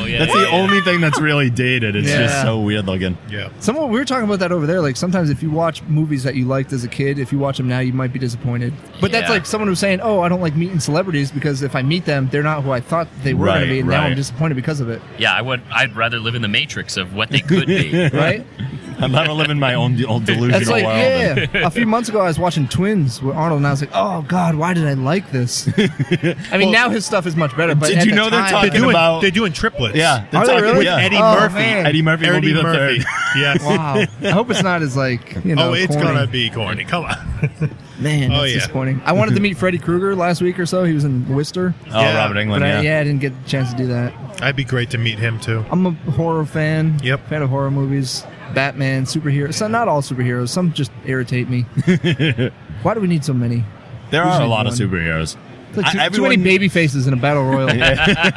C: through it.
F: yeah,
C: that's
F: yeah,
C: the
F: yeah.
C: only thing that's really dated. It's
G: Yeah.
C: just so weird looking.
H: Yeah.
G: Someone we were talking about that over there. Like sometimes if you watch movies that you liked as a kid, if you watch them now, you might be disappointed. But that's
F: Yeah.
G: like someone who's saying, "Oh, I don't like meeting celebrities because if I meet them, they're not who I thought they were going
C: Right,
G: to be, and now
C: right.
G: I'm disappointed because of it."
F: yeah, I would. I'd rather live in the matrix of what they could be.
G: Right?
C: I'm not living my own old delusional
G: That's like
C: world.
G: yeah. A few months ago, I was watching Twins with Arnold, and I was like, "Oh God, why did I like this?" I mean, now his stuff is much better. But
C: did
G: at
C: you
G: the
C: know they're
G: time-
C: talking
H: They're doing,
C: about-
H: they're doing triplets.
C: Yeah, they're
G: Are they
C: talking
G: really?
C: yeah.
H: With Eddie
G: Oh,
H: Murphy.
G: man.
C: Eddie Murphy will
H: Eddie
C: be the
H: Murphy.
C: third.
H: Yes.
G: Wow. I hope it's not as like you know.
H: oh, it's
G: corny.
H: gonna be corny. Come on.
G: man.
H: oh,
G: that's
H: yeah.
G: disappointing. I wanted to meet Freddy Krueger last week or so. He was in Worcester,
C: Oh,
H: Yeah.
C: Robert
G: but
C: England.
G: I,
C: yeah.
G: yeah, I didn't get the chance to do that.
H: I'd be great to meet him too.
G: I'm a horror fan.
H: Yep.
G: Fan of horror movies, Batman, superheroes. So not all superheroes. Some just irritate me. Why do we need so many?
C: There
G: Who's
C: are a
G: the
C: lot of
G: one?
C: superheroes.
G: It's Like too,
C: I-
G: too many
C: everyone-
G: baby faces in a battle royal.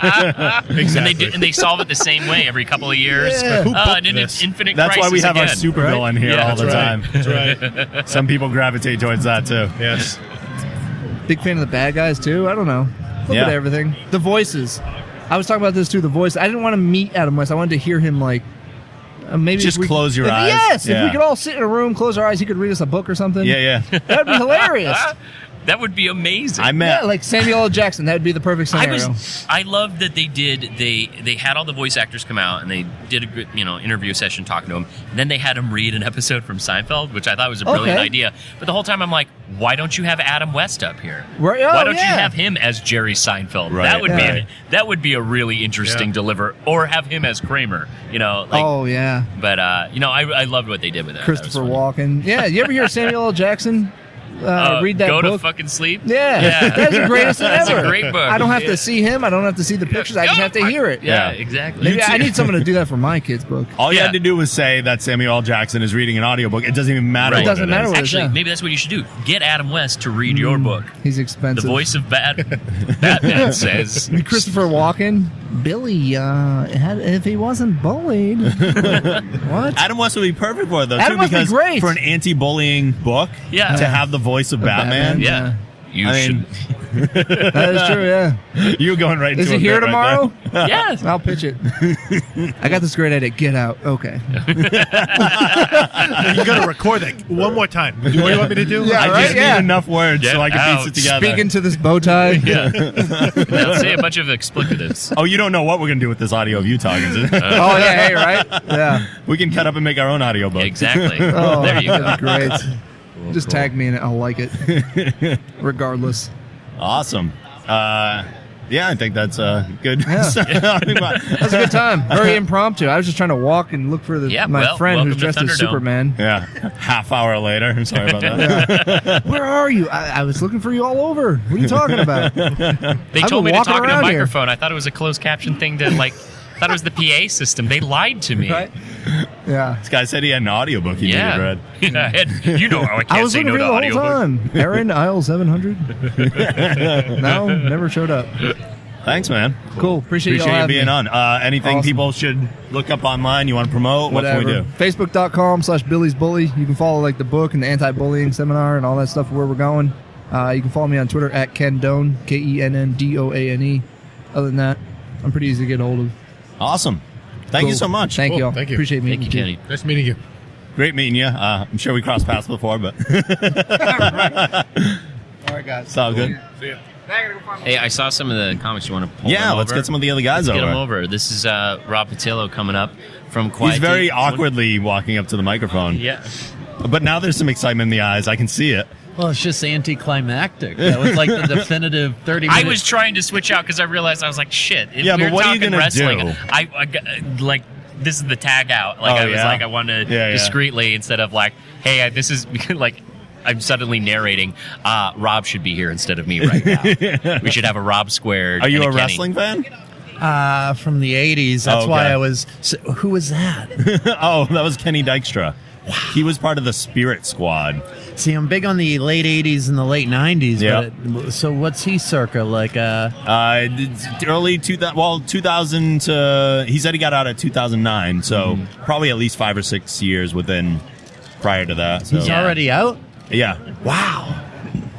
F: And they
H: Exactly.
F: do, and they solve it the same way every couple of years.
G: Yeah.
H: Who
F: Uh,
H: booked
F: and then it's
H: this?
F: infinite.
C: That's why we
F: crisis
C: have our
F: again.
C: supervillain here
F: Yeah,
C: all the
H: That's right.
C: time.
H: That's right.
C: Some people gravitate towards that too.
H: Yes.
G: Big fan of the bad guys too. I don't know. A little
C: Yeah.
G: bit of everything. The voices. I was talking about this too. The voice. I didn't want to meet Adam West. I wanted to hear him like. Uh, maybe
C: Just
G: if we-
C: close your
G: if-
C: eyes.
G: Yes, if
C: Yeah.
G: we could all sit in a room, close our eyes, he could read us a book or something.
C: Yeah, yeah.
G: that'd be hilarious.
F: That would be amazing.
C: I met
G: yeah, like Samuel L. Jackson, that would be the perfect
F: I
G: scenario.
F: was. I loved that they did. They they had all the voice actors come out and they did a good you know interview session talking to them. And then they had him read an episode from Seinfeld, which I thought was a brilliant
G: Okay.
F: idea. But the whole time I'm like, why don't you have Adam West up here?
G: Right- oh,
F: why don't
G: yeah.
F: you have him as Jerry Seinfeld?
C: Right,
F: that would be
G: right.
F: a, that would be a really interesting
H: Yeah.
F: deliver. Or have him as Kramer. You know. Like,
G: oh yeah,
F: But uh, you know, I, I loved what they did with that. That was
G: Christopher
F: fun.
G: Walken. Yeah, you ever hear Samuel L. Jackson uh,
F: Uh,
G: read that
F: go
G: book?
F: to fucking sleep.
G: yeah,
F: Yeah.
G: that's the greatest thing
F: That's a
G: ever.
F: great book.
G: I don't have
F: Yeah.
G: to see him. I don't have to see the pictures. I just have to hear it.
F: Yeah,
C: Yeah.
F: exactly.
G: Maybe I need someone to do that for my kids' book.
C: All you
F: Yeah.
C: had to do was say that Samuel L. Jackson is reading an audiobook. It doesn't even matter.
F: Right. It
C: what
G: doesn't
C: is.
G: matter what-
F: Actually,
G: Yeah. Mm.
F: maybe that's what you should do. Get Adam West to read your book.
G: He's
F: The
G: expensive.
F: voice of Bat- Batman says.
G: And Christopher Walken, Billy. Uh, had, if he wasn't bullied, what?
C: Adam West would be perfect for it, though. too,
G: Adam West would be
C: because
G: great.
C: for an anti-bullying book,
F: Yeah.
C: to have the voice of Batman.
G: Batman.
F: Yeah. You
C: I
F: should.
C: mean,
G: That is true. Yeah.
C: you're going right.
G: Is
C: into
G: he
C: a
G: here
C: bit right
G: tomorrow?
C: there.
F: Yes.
G: I'll pitch it. I got this great idea. Get out. Okay.
H: You gotta record that one more time. What do you want me to do?
G: Yeah,
C: I
G: right?
C: just
G: Yeah.
C: need enough words
F: Get
C: so I can
F: out.
C: piece it together.
G: Speaking to this bow tie.
F: Yeah. Now say a bunch of explicatives.
C: oh, you don't know what we're gonna do with this audio of you talking.
F: Uh,
G: Oh yeah. Hey, right. Yeah.
C: we can cut up and make our own audiobook.
F: Exactly.
G: Oh,
F: there you go.
G: that'd be great. Just tag me in it. I'll like it. Regardless.
C: Awesome. Uh, yeah, I think that's uh, good.
G: Yeah. That's a good time. Very impromptu. I was just trying to walk and look for the,
F: Yeah,
G: my
F: well,
G: friend who's
F: welcome to
G: dressed as
F: Thunderdome.
G: Superman.
C: Yeah. Half hour later. I'm sorry about that.
G: Where are you? I, I was looking for you all over. What are you talking about?
F: They
G: I've
F: told me
G: been
F: to
G: walking
F: talk in a
G: around here.
F: microphone. I thought it was a closed caption thing to like. Thought it was the PA system. They lied to me.
G: right? Yeah.
C: This guy said he had an audiobook he
F: Yeah.
C: needed read.
F: Yeah, I had- you know how I can't
G: I was
F: say
G: looking
F: no
G: for
F: to
G: you the whole
F: audio.
G: time. Aaron aisle seven hundred. no, never showed up.
C: Thanks, man.
G: Cool. Appreciate,
C: Appreciate
G: y'all
C: you
G: having
C: being
G: me.
C: on. Uh, anything
G: Awesome.
C: people should look up online you want to promote? What can we
G: Whatever.
C: do?
G: Facebook.com slash Billy's Bully. You can follow like the book and the anti bullying seminar and all that stuff where we're going. Uh, you can follow me on Twitter at Ken Doan, K E N N D O A N E. Other than that, I'm pretty easy to get hold of.
C: Awesome. Thank you
G: Cool.
C: so much.
G: Thank
H: Cool.
G: you all.
H: Thank you.
G: Appreciate me.
F: Thank you, Kenny.
H: Nice meeting you.
C: Great meeting you. Uh, I'm sure we crossed paths before, but
G: All right, guys.
C: it's all good.
F: Hey, I saw some of the comics you want to pull.
C: Yeah,
F: them
C: let's
F: over?
C: get some of the other guys
F: Get him
C: over.
F: over. This is uh, Rob Patillo coming up from Quiet.
C: He's very
F: Take-
C: awkwardly walking up to the microphone.
F: Yeah.
C: But now there's some excitement in the eyes. I can see it.
E: Well, it's just anticlimactic. That was like the definitive 30
F: I
E: minutes.
F: was trying to switch out because I realized I was like, shit. If
C: Yeah,
F: we're
C: but what are you
F: talking
C: gonna
F: wrestling,
C: do?
F: I, I got- like this is the tag out. Like
C: Oh,
F: I was
C: yeah?
F: like I wanted to
C: Yeah, yeah.
F: discreetly instead of like, hey, I, this is like. I'm suddenly narrating. Uh, Rob should be here instead of me right now. we should have a Rob squared.
C: Are you
F: and
C: a
F: Kenny.
C: wrestling fan?
E: uh, from the 80s. That's
C: Oh,
E: why
C: okay.
E: I was. So, who was that?
C: oh, that was Kenny Dykstra. He was part of the Spirit Squad.
J: See, I'm big on the late '80s and the late '90s.
C: Yep.
J: But so, what's he circa like? Uh,
C: Uh, d- d- early two thousand, well, two thousand. Uh, he said he got out of two thousand nine, so
J: Mm-hmm.
C: probably at least five or six years within prior to that. So.
J: he's already out.
C: yeah.
J: Wow,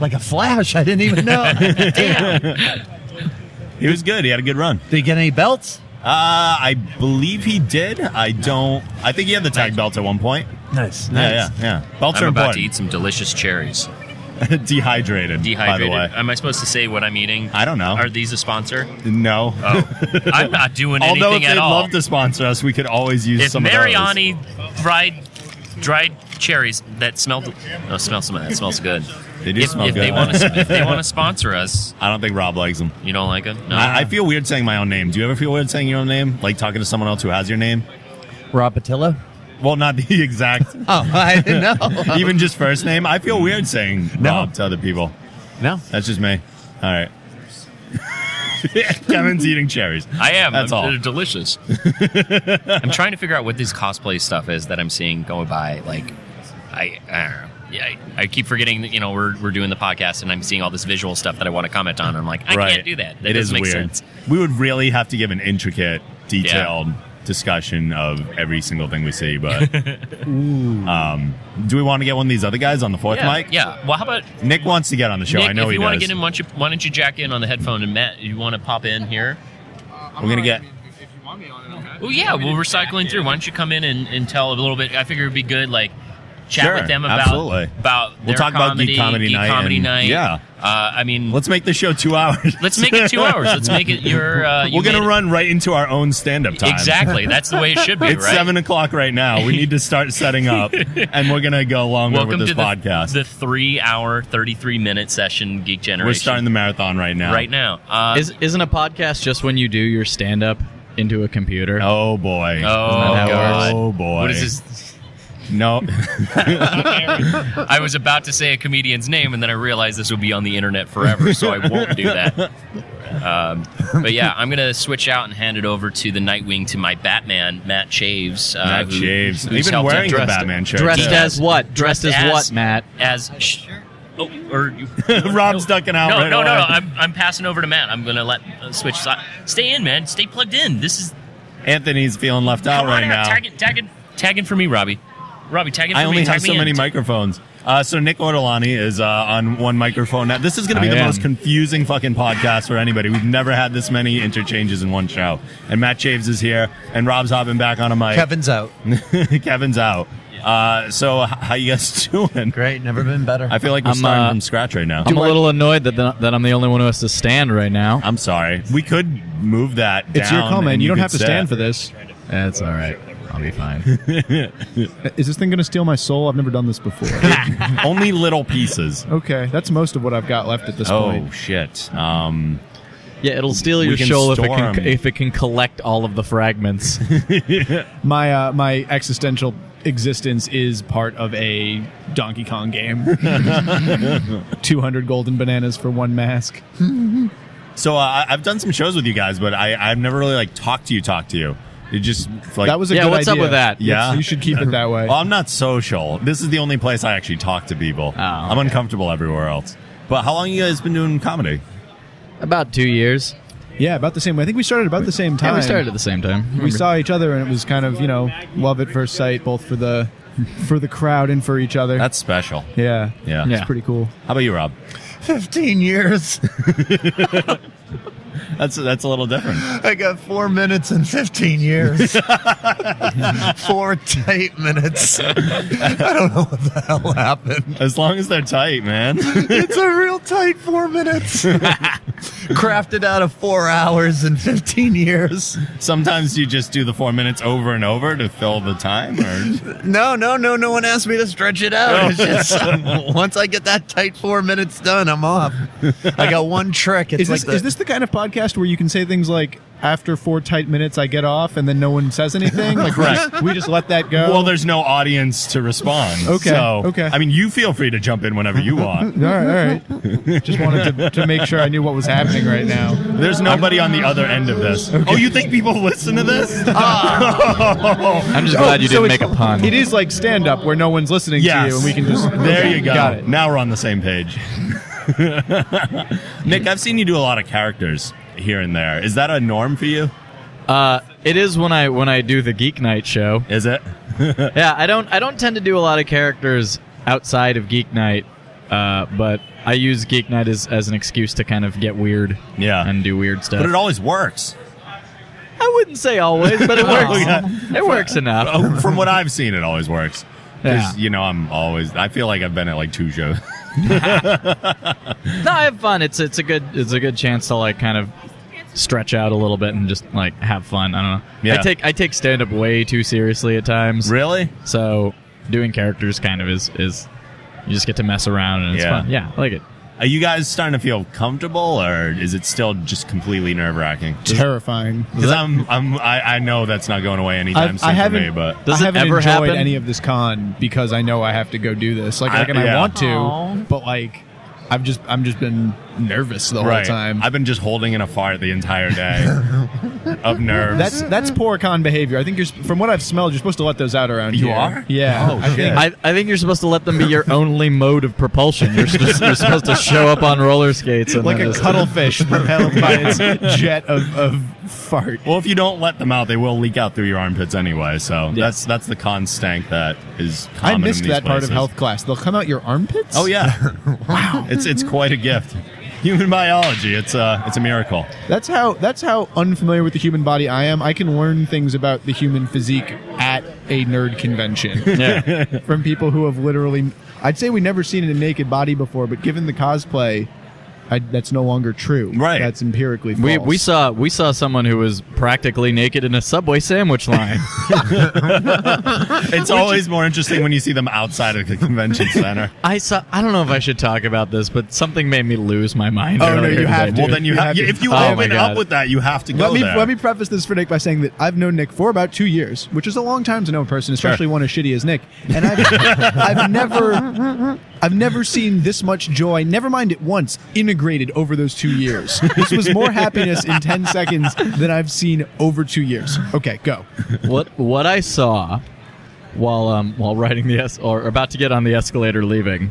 J: like a flash! I didn't even know.
C: He was good. He had a good run.
J: Did he get any belts?
C: Uh, I believe he did. I don't. I think he had the tag belt at one point.
J: Nice,
C: Yeah,
J: nice.
C: yeah, yeah. Belts
F: I'm
C: are
F: about to
C: important.
F: eat some delicious cherries.
C: Dehydrated.
F: Dehydrated.
C: By the way,
F: Am I supposed to say what I'm eating?
C: I don't know.
F: Are these a sponsor?
C: no.
F: Oh, I'm not doing
C: Although if
F: anything
C: they'd
F: at all.
C: love to sponsor us, we could always use
F: if
C: some of those.
F: Mariani fried dried cherries that smell, no, smell some of that smells good.
C: They do
F: if,
C: smell
F: if
C: good.
F: They wanna, if they want to sponsor us,
C: I don't think Rob likes them.
F: you don't like them? No.
C: I, I feel weird saying my own name. Do you ever feel weird saying your own name? Like talking to someone else who has your name?
J: Rob Patillo.
C: Well, not the exact.
J: Oh, I didn't know.
C: Even just first name. I feel weird saying Rob to other people.
J: no.
C: That's just me. All right. Kevin's eating cherries.
F: I am.
C: That's
F: I'm-
C: all.
F: They're delicious. I'm trying to figure out what this cosplay stuff is that I'm seeing going by. Like, I, I don't know. Yeah, I, I keep forgetting that you know we're, we're doing the podcast and I'm seeing all this visual stuff that I want to comment on. I'm like, I
C: Right.
F: can't do that. That
C: It is
F: doesn't make
C: weird.
F: sense.
C: We would really have to give an intricate, detailed discussion of every single thing we see. But um, do we want to get one of these other guys on the fourth
F: yeah,
C: mic?
F: Yeah. Well, how about
C: Nick wants to get on the show.
F: Nick,
C: I know
F: if
C: he
F: you want
C: does.
F: to get in, why don't, you, why don't you jack in on the headphone and Matt, you want to pop in here?
C: We're gonna get-
F: Well, yeah, well, we're cycling through. Why don't you come in and, and tell a little bit? I figure it'd be good, like chat
C: Sure,
F: with them about
C: absolutely.
F: about
C: We'll
F: their
C: talk about
F: comedy,
C: Geek Comedy Night
F: Comedy
C: and-
F: Night.
C: yeah.
F: uh, I mean, let's
C: Let's make the show two hours.
F: make it two hours. Let's make it your. Uh, you
C: We're gonna
F: made it.
C: run right into our own stand-up time.
F: exactly. That's the way it should be.
C: It's
F: right?
C: seven o'clock right now. We need to start setting up, and we're gonna go longer
F: Welcome
C: with this
F: to the,
C: podcast.
F: the three-hour, thirty-three-minute session, Geek Generation.
C: we're starting the marathon right now.
F: right now. Uh,
E: Is, isn't a podcast just when you do your stand up into a computer?
C: Oh boy.
F: Oh,
E: that
F: God.
C: Oh boy.
F: What is this?
C: No.
F: I was about to say a comedian's name, and then I realized this will be on the internet forever, so I won't do that. Um, but yeah, I'm gonna switch out and hand it over to the Nightwing to my Batman, Matt Chaves. Uh,
C: Matt
F: who-
C: Chaves.
F: who's
C: Even
F: helped
C: wearing
F: him
C: the
F: dress-
C: Batman shirt.
E: Dressed
C: too.
E: as what? Dressed, as, what, Matt?
F: As sh- oh, or you,
C: Rob's ducking out
F: no,
C: right
F: no, no,
C: away.
F: no. I'm, I'm passing over to Matt. I'm gonna let uh, switch. si- Stay in, man. Stay plugged in. This is
C: Anthony's feeling left out
F: come on
C: right
F: out.
C: now.
F: Tag it, tag it, tag it for me, Robbie. Robbie, tag it for
C: I
F: me.
C: only
F: tag
C: have
F: me
C: so
F: in.
C: many microphones. Uh, so Nick Ortolani is uh, on one microphone now. This is going to be
E: I
C: the
E: am.
C: most confusing fucking podcast for anybody. We've never had this many interchanges in one show. And Matt Chaves is here, and Rob's hopping back on a mic.
J: Kevin's out.
C: Kevin's out. Uh, so h- how you guys doing?
J: Great. Never been better.
C: I feel like we're
E: I'm,
C: starting
E: uh,
C: from scratch right now.
E: I'm a little annoyed that, the, that I'm the only one who has to stand right now.
C: I'm sorry. We could move that.
G: It's your
C: down
G: comment.
C: and
G: You don't
C: could
G: have to
C: sit.
G: stand for this.
E: That's all right. I'll be fine.
G: Is this thing going to steal my soul? I've never done this before.
C: Only little pieces.
G: okay, that's most of what I've got left at this
C: Oh
G: point.
C: shit. Um,
E: Yeah, it'll steal
C: We
E: your
C: can
E: soul if it
C: store
E: can
C: 'em.
E: if it can collect all of the fragments.
G: My uh, my existential existence is part of a Donkey Kong game. Two hundred golden bananas for one mask.
C: So uh, I- I've done some shows with you guys, but I, I've never really like talked to you, talked to you. It just like
G: that was a
E: Yeah,
G: good
E: what's up
G: idea.
E: with that?
C: Yeah.
G: you should keep it that way.
C: Well, I'm not social. This is the only place I actually talk to people.
E: Oh,
C: I'm
E: okay.
C: uncomfortable everywhere else. But how long you guys been doing comedy?
E: About two years.
G: yeah, about the same. way. I think we started about the same time.
E: Yeah, we started at the same time.
G: we
E: Remember?
G: saw each other and it was kind of you know love at first sight both for the for the crowd and for each other
C: That's special.
G: yeah
C: Yeah.
G: it's
E: Yeah.
G: pretty cool
C: How about you, Rob?
J: 15 years.
C: That's that's a little different.
J: I got four minutes and 15 years. four tight minutes. I don't know what the hell happened.
C: As long as they're tight, man.
J: It's a real tight four minutes. Crafted out of four hours and 15 years.
C: Sometimes you just do the four minutes over and over to fill the time. Or
J: No, no, no, no one asked me to stretch it out. It's just, once I get that tight four minutes done, I'm off. I got one trick. It's
G: is
J: like
G: this
J: the,
G: is this the kind of podcast where you can say things like after four tight minutes, I get off, and then no one says anything. Like, we
C: Correct.
G: just- we just let that go.
C: Well, there's no audience to respond.
G: Okay,
C: So,
G: okay.
C: I mean, you feel free to jump in whenever you
G: all
C: want.
G: right, all right. Just wanted to, to make sure I knew what was happening right now.
C: There's nobody on the other end of this. Oh, you think people listen to this? I'm
G: Oh, so it's- It is like stand up where no one's listening to
C: Yes.
G: you, and we can just
C: There
G: okay,
C: you go.
G: Got it.
C: Now we're on the same page. Nick, I've seen you do a lot of characters here and there. Is that a norm for you?
J: Uh, it is when I when I do the Geek Night show.
C: Is it?
J: yeah, I don't I don't tend to do a lot of characters outside of Geek Night, uh, but I use Geek Night as, as an excuse to kind of get weird.
C: Yeah,
J: and do weird stuff.
C: But it always works.
J: I wouldn't say always, but it works. it works enough.
C: Oh, from what I've seen, it always works. 'Cause,
J: Yeah.
C: You know, I'm always. I feel like I've been at like two shows.
J: no, I have fun. It's it's a good it's a good chance to like kind of stretch out a little bit and just like have fun. I don't know.
C: Yeah.
J: I take I take stand up way too seriously at times.
C: Really?
J: So doing characters kind of is is you just get to mess around and it's
C: Yeah.
J: fun. Yeah, I like it.
C: Are you guys starting to feel comfortable, or is it still just completely nerve wracking?
G: Terrifying.
C: Because I'm, I'm, I, I know that's not going away anytime
G: I've,
C: soon
G: I
C: for
G: haven't,
C: me. But
G: I haven't enjoyed any of this con because I know I have to go do this. Like,
C: I-
G: like and
C: yeah.
G: I want to,
C: Aw.
G: but like, I've just I'm just been nervous the
C: right.
G: whole time.
C: I've been just holding in a fart the entire day of nerves.
G: That's that's poor con behavior. I think you're sp- from what I've smelled, you're supposed to let those out around
C: You
G: here.
C: are?
G: Yeah.
C: Oh,
G: I
C: shit.
G: think-
J: I, I think you're supposed to let them be your only mode of propulsion. You're, supposed- you're supposed to show up on roller skates and
G: like
J: then
G: a
J: just-
G: cuttlefish propelled by its jet of, of fart.
C: Well, if you don't let them out, they will leak out through your armpits anyway. So that's that's the con stank that is.
G: I
C: Common
G: missed
C: in these
G: that part of
C: places.
G: health class. They'll come out your armpits.
C: Oh yeah, wow! It's it's quite a gift. Human biology. It's uh it's a miracle.
G: That's how that's how unfamiliar with the human body I am. I can learn things about the human physique at a nerd convention.
J: Yeah.
G: From people who have literally I'd say we never seen a naked body before, but given the cosplay, I, that's no longer true. Right. That's empirically false.
J: We, we saw we saw someone who was practically naked in a subway sandwich line.
C: It's always more interesting when you see them outside of the convention center.
J: I saw. I don't know if I should talk about this, but something made me lose my mind.
G: Oh, no,
J: earlier
G: you have
J: today.
G: to.
C: Well, then you,
G: You
C: have,
G: have to-
C: if you
J: Oh, my
C: open up
J: God.
C: with that, you have to go
G: let me
C: there.
G: let me preface this for Nick by saying that I've known Nick for about two years, which is a long time to know a person, especially one as shitty as Nick. And I've, I've never I've never seen this much joy, never mind it once, integrated over those two years. This was more happiness in ten seconds than I've seen over two years. Okay, go.
J: what what I saw while um while riding the es- or about to get on the escalator leaving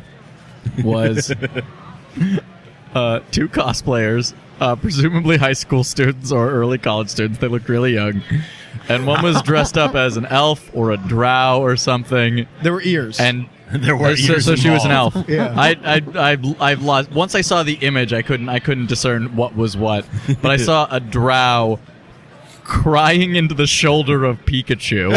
J: was uh, two cosplayers, uh, presumably high school students or early college students. They looked really young, and one was dressed up as an elf or a drow or something.
G: There were ears,
J: and
C: There were
J: so,
C: ears
J: so she was an elf.
C: involved.
G: Yeah.
J: I I I've, I've lost once I saw the image. I couldn't I couldn't discern what was what, but I saw a drow crying into the shoulder of Pikachu.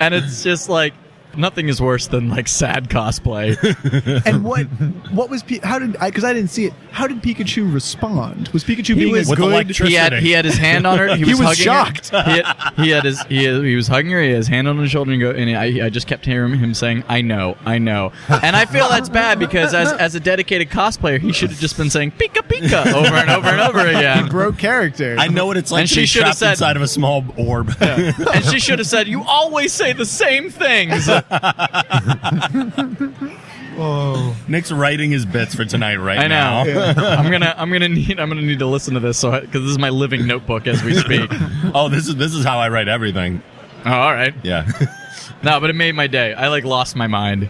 J: and it's just like nothing is worse than like sad cosplay.
G: And what what was P- how did I because I didn't see it? How did Pikachu respond? Was Pikachu being as
C: with
G: good?
C: electricity.
J: He had he had his hand on her. He was, hugging
G: shocked.
J: Her. He, had, he had his he, he was hugging her. He had his hand on her shoulder and go. And I, I just kept hearing him saying, "I know, I know." And I feel that's bad because as as a dedicated cosplayer, he should have just been saying "Pika Pika" over and over and over
G: He
J: again.
G: broke character.
C: I know what it's like
J: And
C: to
J: she
C: be
J: should have
C: trapped
J: said-
C: inside of a small orb.
J: And she should have said, "You always say the same things."
G: Whoa.
C: Nick's writing his bits for tonight right
J: I know.
C: now.
J: I'm gonna I'm gonna need I'm gonna need to listen to this so because this is my living notebook as we speak.
C: oh, this is this is how I write everything.
J: Oh, all right.
C: Yeah.
J: No, but it made my day. I like lost my mind.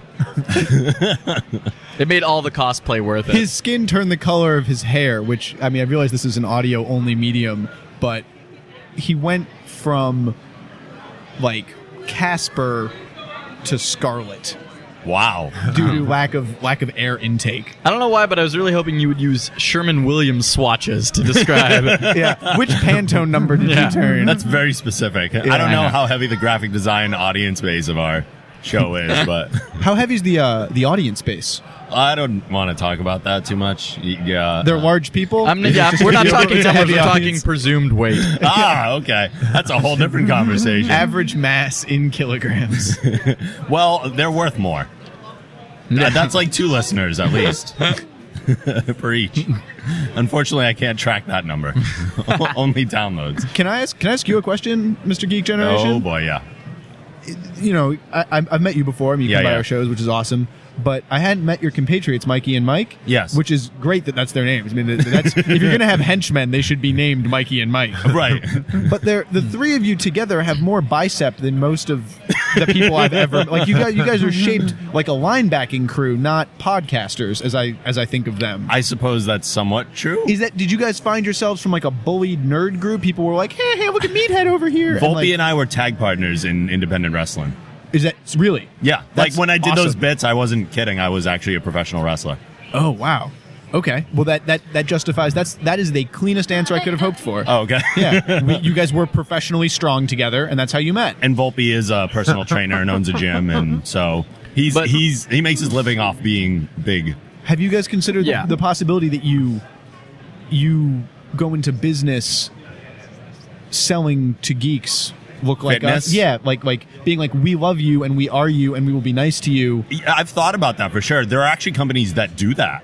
J: it made all the cosplay worth it.
G: his skin turned the color of his hair, which I mean, I realize this is an audio only medium, but he went from like Casper to Scarlet
C: Wow.
G: due
J: Oh.
G: to lack of lack of air intake.
J: I don't know why, but I was really hoping you would use Sherman Williams swatches to describe.
G: Yeah, which Pantone number did
J: Yeah.
G: you turn?
C: That's very specific.
G: Yeah,
C: I don't
G: I
C: know
G: know.
C: how heavy the graphic design audience base of our show is, but
G: How heavy's the uh, the audience base?
C: I don't want to talk about that too much. Y- Yeah.
G: They're large people.
J: I'm, Uh, yeah, we're not talking numbers; we're talking presumed weight.
C: ah, okay. That's a whole different conversation.
G: average mass in kilograms.
C: well, they're worth more. That's like two listeners at least. per each. Unfortunately, I can't track that number. Only downloads.
G: Can I ask? Can I ask you a question, Mr. Geek Generation?
C: Oh boy, yeah.
G: You know, I, I- I've met you before. I mean, you
C: Yeah,
G: come by
C: yeah.
G: our shows, which is awesome. But I hadn't met your compatriots, Mikey and Mike.
C: Yes.
G: which is great that that's their names. I mean, that- that's, if you're going to have henchmen, they should be named Mikey and Mike.
C: Right.
G: but they're, the three of you together have more bicep than most of the people I've ever like. You guys, you guys are shaped like a linebacking crew, not podcasters, as I as I think of them.
C: I suppose that's somewhat true.
G: Is that did you guys find yourselves from like a bullied nerd group? People were like, "Hey, hey, look at Meathead over here."
C: Volpe
G: And, like,
C: and I were tag partners in independent wrestling.
G: is that really?
C: Yeah,
G: That's
C: like when I did those
G: awesome.
C: bits, I wasn't kidding. I was actually a professional wrestler.
G: Oh wow. Okay. Well, that that that justifies. That's that is the cleanest answer I could have hoped for.
C: Oh, okay.
G: yeah, we, you guys were professionally strong together, and that's how you met.
C: And Volpe is a personal trainer and owns a gym, and so he's he's he makes his living off being big.
G: Have you guys considered the-
C: Yeah.
G: the, possibility that you you go into business selling to geeks? Look like
C: Fitness?
G: us, yeah, like like being like we love you and we are you and we will be nice to you.
C: I've thought about that for sure. There are actually companies that do that.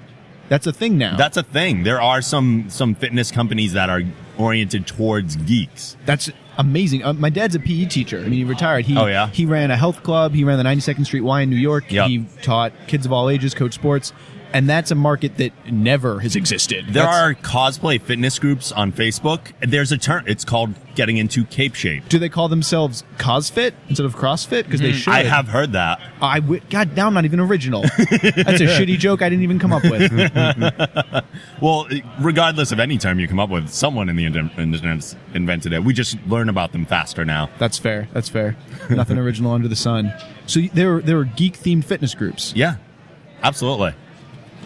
G: That's a thing now.
C: That's a thing. There are some some fitness companies that are oriented towards geeks.
G: That's amazing. Uh, my dad's a PE teacher. I mean, he retired. He,
C: Oh, yeah?
G: He ran a health club. He ran the 92nd Street Y in New York.
C: Yep.
G: He taught kids of all ages, coached sports. And that's a market that never has existed.
C: There
G: That's-
C: are cosplay fitness groups on Facebook. There's a term. It's called getting into cape shape.
G: Do they call themselves CosFit instead of CrossFit? Because they
C: Mm,
G: should.
C: I have heard that.
G: I w- God, now I'm not even original. that's a shitty joke I didn't even come up with.
C: well, regardless of any term you come up with, someone in the internet invented it. We just learn about them faster now.
G: That's fair. That's fair. Nothing original under the sun. So y- there, were- there were geek themed fitness groups.
C: Yeah, absolutely.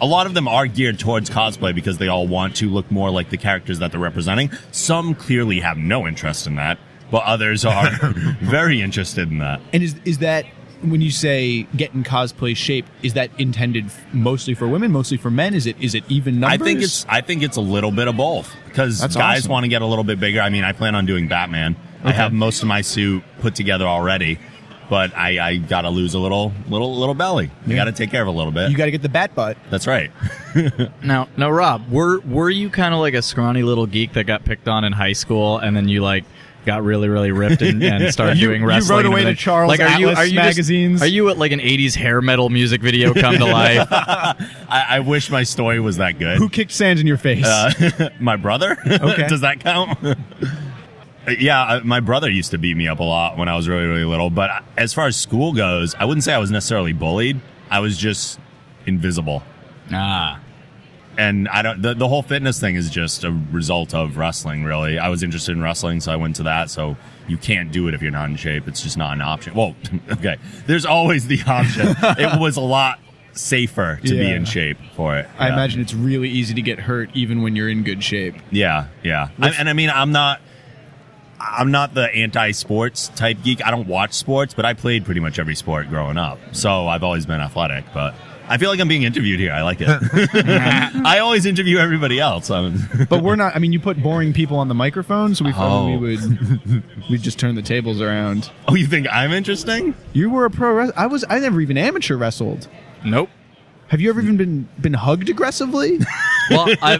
C: A lot of them are geared towards cosplay because they all want to look more like the characters that they're representing. Some clearly have no interest in that, but others are very interested in that.
G: And is is that when you say get in cosplay shape? Is that intended f- mostly for women, mostly for men? Is it is it even numbers?
C: I think it's I think it's a little bit of both because
G: That's
C: guys
G: awesome.
C: want to get a little bit bigger. I mean, I plan on doing Batman. I
G: Okay.
C: have most of my suit put together already, but I, I got to lose a little little little belly. You
J: Yeah.
C: got to take care of a little bit.
G: you got to get the bat butt.
C: That's right.
J: Now, now, Rob, were were you kind of like a scrawny little geek that got picked on in high school, and then you like got really, really ripped and, and started
G: You-
J: doing
G: you
J: wrestling?
G: rode
J: and
G: away to
J: everything?
G: Charles
J: like, are you,
G: Atlas
J: are you just-
G: magazines?
J: are you at like an '80s hair metal music video come to life?
C: I, I wish my story was that good.
G: Who kicked sand in your face?
C: Uh, my brother.
G: Okay.
C: Does that count? yeah, I- my brother used to beat me up a lot when I was really, really little. But I- as far as school goes, I wouldn't say I was necessarily bullied. I was just invisible.
J: Ah.
C: And I don't. The, the whole fitness thing is just a result of wrestling. Really, I was interested in wrestling, so I went to that. So you can't do it if you're not in shape. It's just not an option. Well, okay. There's always the option. it was a lot safer to be
G: Yeah.
C: in shape for it.
G: I
C: Yeah.
G: imagine it's really easy to get hurt even when you're in good shape.
C: Yeah, yeah. I, and I mean, I'm not, I'm not the anti-sports type geek. I don't watch sports, but I played pretty much every sport growing up, so I've always been athletic. But I feel like I'm being interviewed here. I like it. I always interview everybody else. I'm-
G: But we're not. I mean, you put boring people on the microphone, so we thought we
C: Oh.
G: would we would just turn the tables around.
C: oh, you think I'm interesting?
G: You were a pro wrestler. I was. I never even amateur wrestled.
J: Nope.
G: Have you ever even been been hugged aggressively?
J: well, I,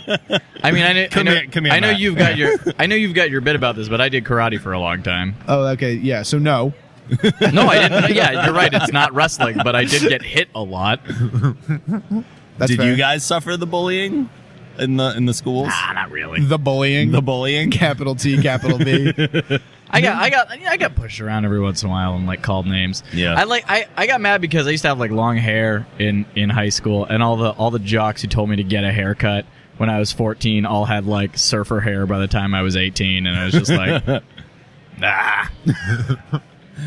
J: I mean, I, kn-
G: Come
J: I know,
G: here- come here,
J: I know
G: Matt.
J: you've got your, I know you've got your bit about this, but I did karate for a long time.
G: oh, okay. Yeah. So no.
J: No, I didn't. Yeah, you're right. It's not wrestling, but I did get hit a lot.
C: Did
G: fair.
C: you guys suffer the bullying in the in the schools? Nah,
J: not really.
G: The bullying.
C: The bullying.
G: Capital T, capital B.
J: I got, I got, I got pushed around every once in a while and like called names.
C: Yeah.
J: I like, I, I got mad because I used to have like long hair in in high school, and all the all the jocks who told me to get a haircut when I was 14 all had like surfer hair by the time I was 18, and I was just like, nah.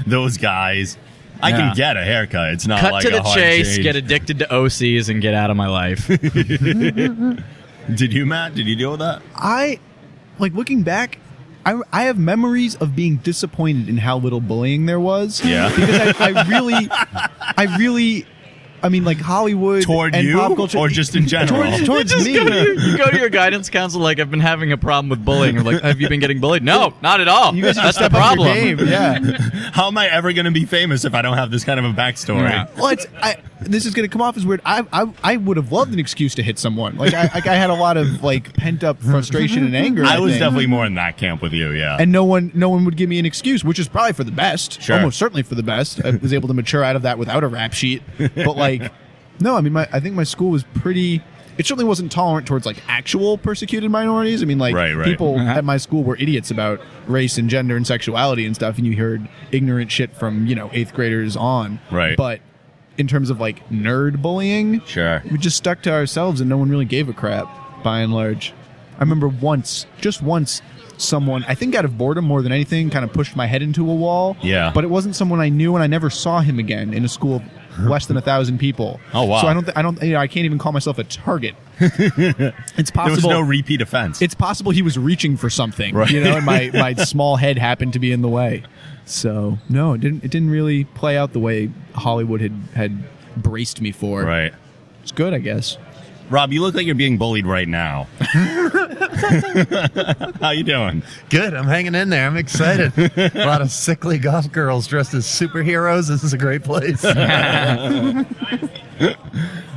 C: Those guys. I
J: Yeah.
C: can get a haircut. It's not
J: Cut
C: like
J: to
C: a
J: the
C: hard
J: chase,
C: change.
J: get addicted to OCs, and get out of my life.
C: Did you, Matt? Did you deal with that?
G: I like looking back. I, I have memories of being disappointed in how little bullying there was.
C: Yeah.
G: because I, I really, I really, I mean, like Hollywood
C: Toward
G: and
C: you
G: pop culture,
C: or just in general?
G: Towards, towards
J: you just
G: me.
J: Go to, your, you go to your guidance counselor, like, I've been having a problem with bullying. Or like, have you been getting bullied? No, not at all.
G: You guys need to
J: That's the
G: step up your
J: problem.
G: game, yeah.
C: How am I ever going to be famous if I don't have this kind of a backstory?
G: Well, it's I, this is going to come off as weird. I I, I would have loved an excuse to hit someone. Like I, like I had a lot of like pent up frustration and anger.
C: I, was
G: think.
C: definitely more in that camp with you, yeah.
G: And no one, no one would give me an excuse, which is probably for the best.
C: Sure.
G: Almost certainly for the best. I was able to mature out of that without a rap sheet. But like, no, I mean, my, I think my school was pretty. It certainly wasn't tolerant towards like actual persecuted minorities. I mean, like
C: Right, right.
G: people
C: Uh-huh.
G: at my school were idiots about race and gender and sexuality and stuff, and you heard ignorant shit from you know eighth graders on.
C: Right.
G: But in terms of like nerd bullying,
C: sure,
G: we just stuck to ourselves, and no one really gave a crap by and large. I remember once, just once, someone I think out of boredom more than anything, kind of pushed my head into a wall.
C: Yeah.
G: But it wasn't someone I knew, and I never saw him again in a school of less than a thousand people.
C: Oh, wow.
G: So I don't, th- I don't, you know, I can't even call myself a target. it's
C: There was
G: possible.
C: no repeat offense.
G: it's possible he was reaching for something,
C: Right.
G: you know, and my, my small head happened to be in the way. So no, it didn't. It didn't really play out the way Hollywood had had braced me for.
C: Right.
G: It's good, I guess.
C: Rob, you look like you're being bullied right now. How you doing?
H: Good. I'm hanging in there. I'm excited. a lot of sickly golf girls dressed as superheroes. This is a great place.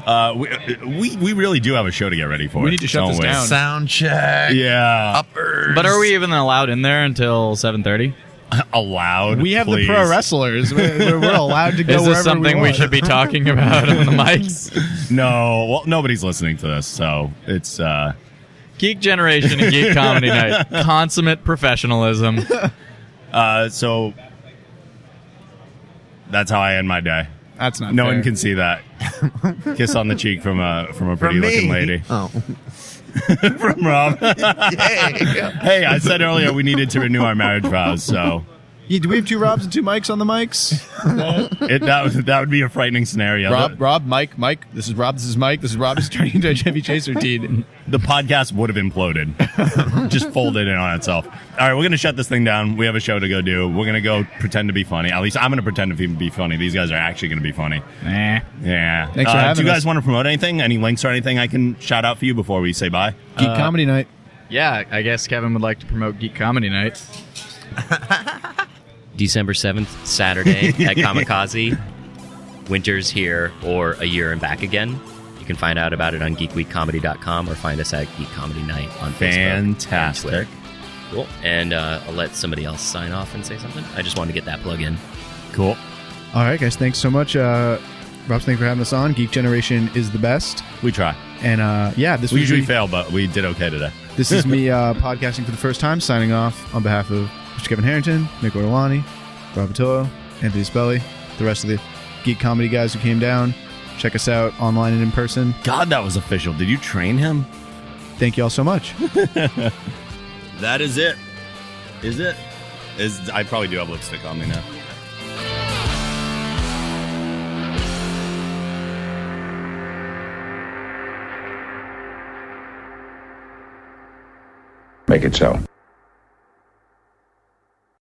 C: Uh, we, we we really do have a show to get ready for.
H: We need to shut
C: don't
H: this
C: we?
H: down. Sound check.
C: Yeah.
H: Uppers.
J: But are we even allowed in there until seven thirty?
C: allowed?
G: We have the pro wrestlers. We're, we're- we're allowed to go
J: Is
G: wherever
J: this something we,
G: want.
J: should be talking about on the mics?
C: no, well, nobody's listening to this, so it's uh,
J: Geek Generation and Geek Comedy Night. Consummate professionalism.
C: uh, so that's how I end my day.
G: That's not.
C: No
G: fair.
C: one can see that kiss on the cheek from a from a pretty looking lady.
H: Oh.
C: from Rob. hey, I said earlier we needed to renew our marriage vows, so
G: Yeah, do we have two Robs and two Mikes on the mics?
C: it, that would- that would be a frightening scenario.
G: Rob, Rob, Mike, Mike. This is Rob. This is Mike. This is Rob. This is turning into a Chevy Chase routine.
C: the podcast would have imploded, just folded in on itself. All right, we're going to shut this thing down. We have a show to go do. We're going to go pretend to be funny. At least I'm going to pretend to be funny. These guys are actually going to be funny.
J: Nah.
C: Yeah.
G: Thanks for
C: Uh,
G: having
C: Do you guys
G: us.
C: want to promote anything? Any links or anything I can shout out for you before we say bye?
G: Geek Comedy Night.
J: Yeah, I guess Kevin would like to promote Geek Comedy Night.
F: December 7th, Saturday at Kamikaze. Winter's here or a year and back again. You can find out about it on geekweekcomedy.com or find us at Geek Comedy Night on Facebook. and
C: Fantastic.
F: Twitter. Cool. And uh, I'll let somebody else sign off and say something. I just wanted to get that plug in.
C: Cool.
G: All right, guys. Thanks so much, uh, Rob. Thanks for having us on. Geek Generation is the best.
C: We try.
G: And uh, yeah, this
C: we
G: was
C: usually
G: me-
C: fail, but we did okay today.
G: This is me uh, podcasting for the first time. Signing off on behalf of Mr. Kevin Harrington, Nick Ortolani, Rob Patillo, Anthony Spelly, the rest of the geek comedy guys who came down. Check us out online and in person.
C: God, that was official. Did you train him?
G: Thank you all so much.
C: That is it. Is it? Is I probably do have lipstick on me now.
K: Make it so.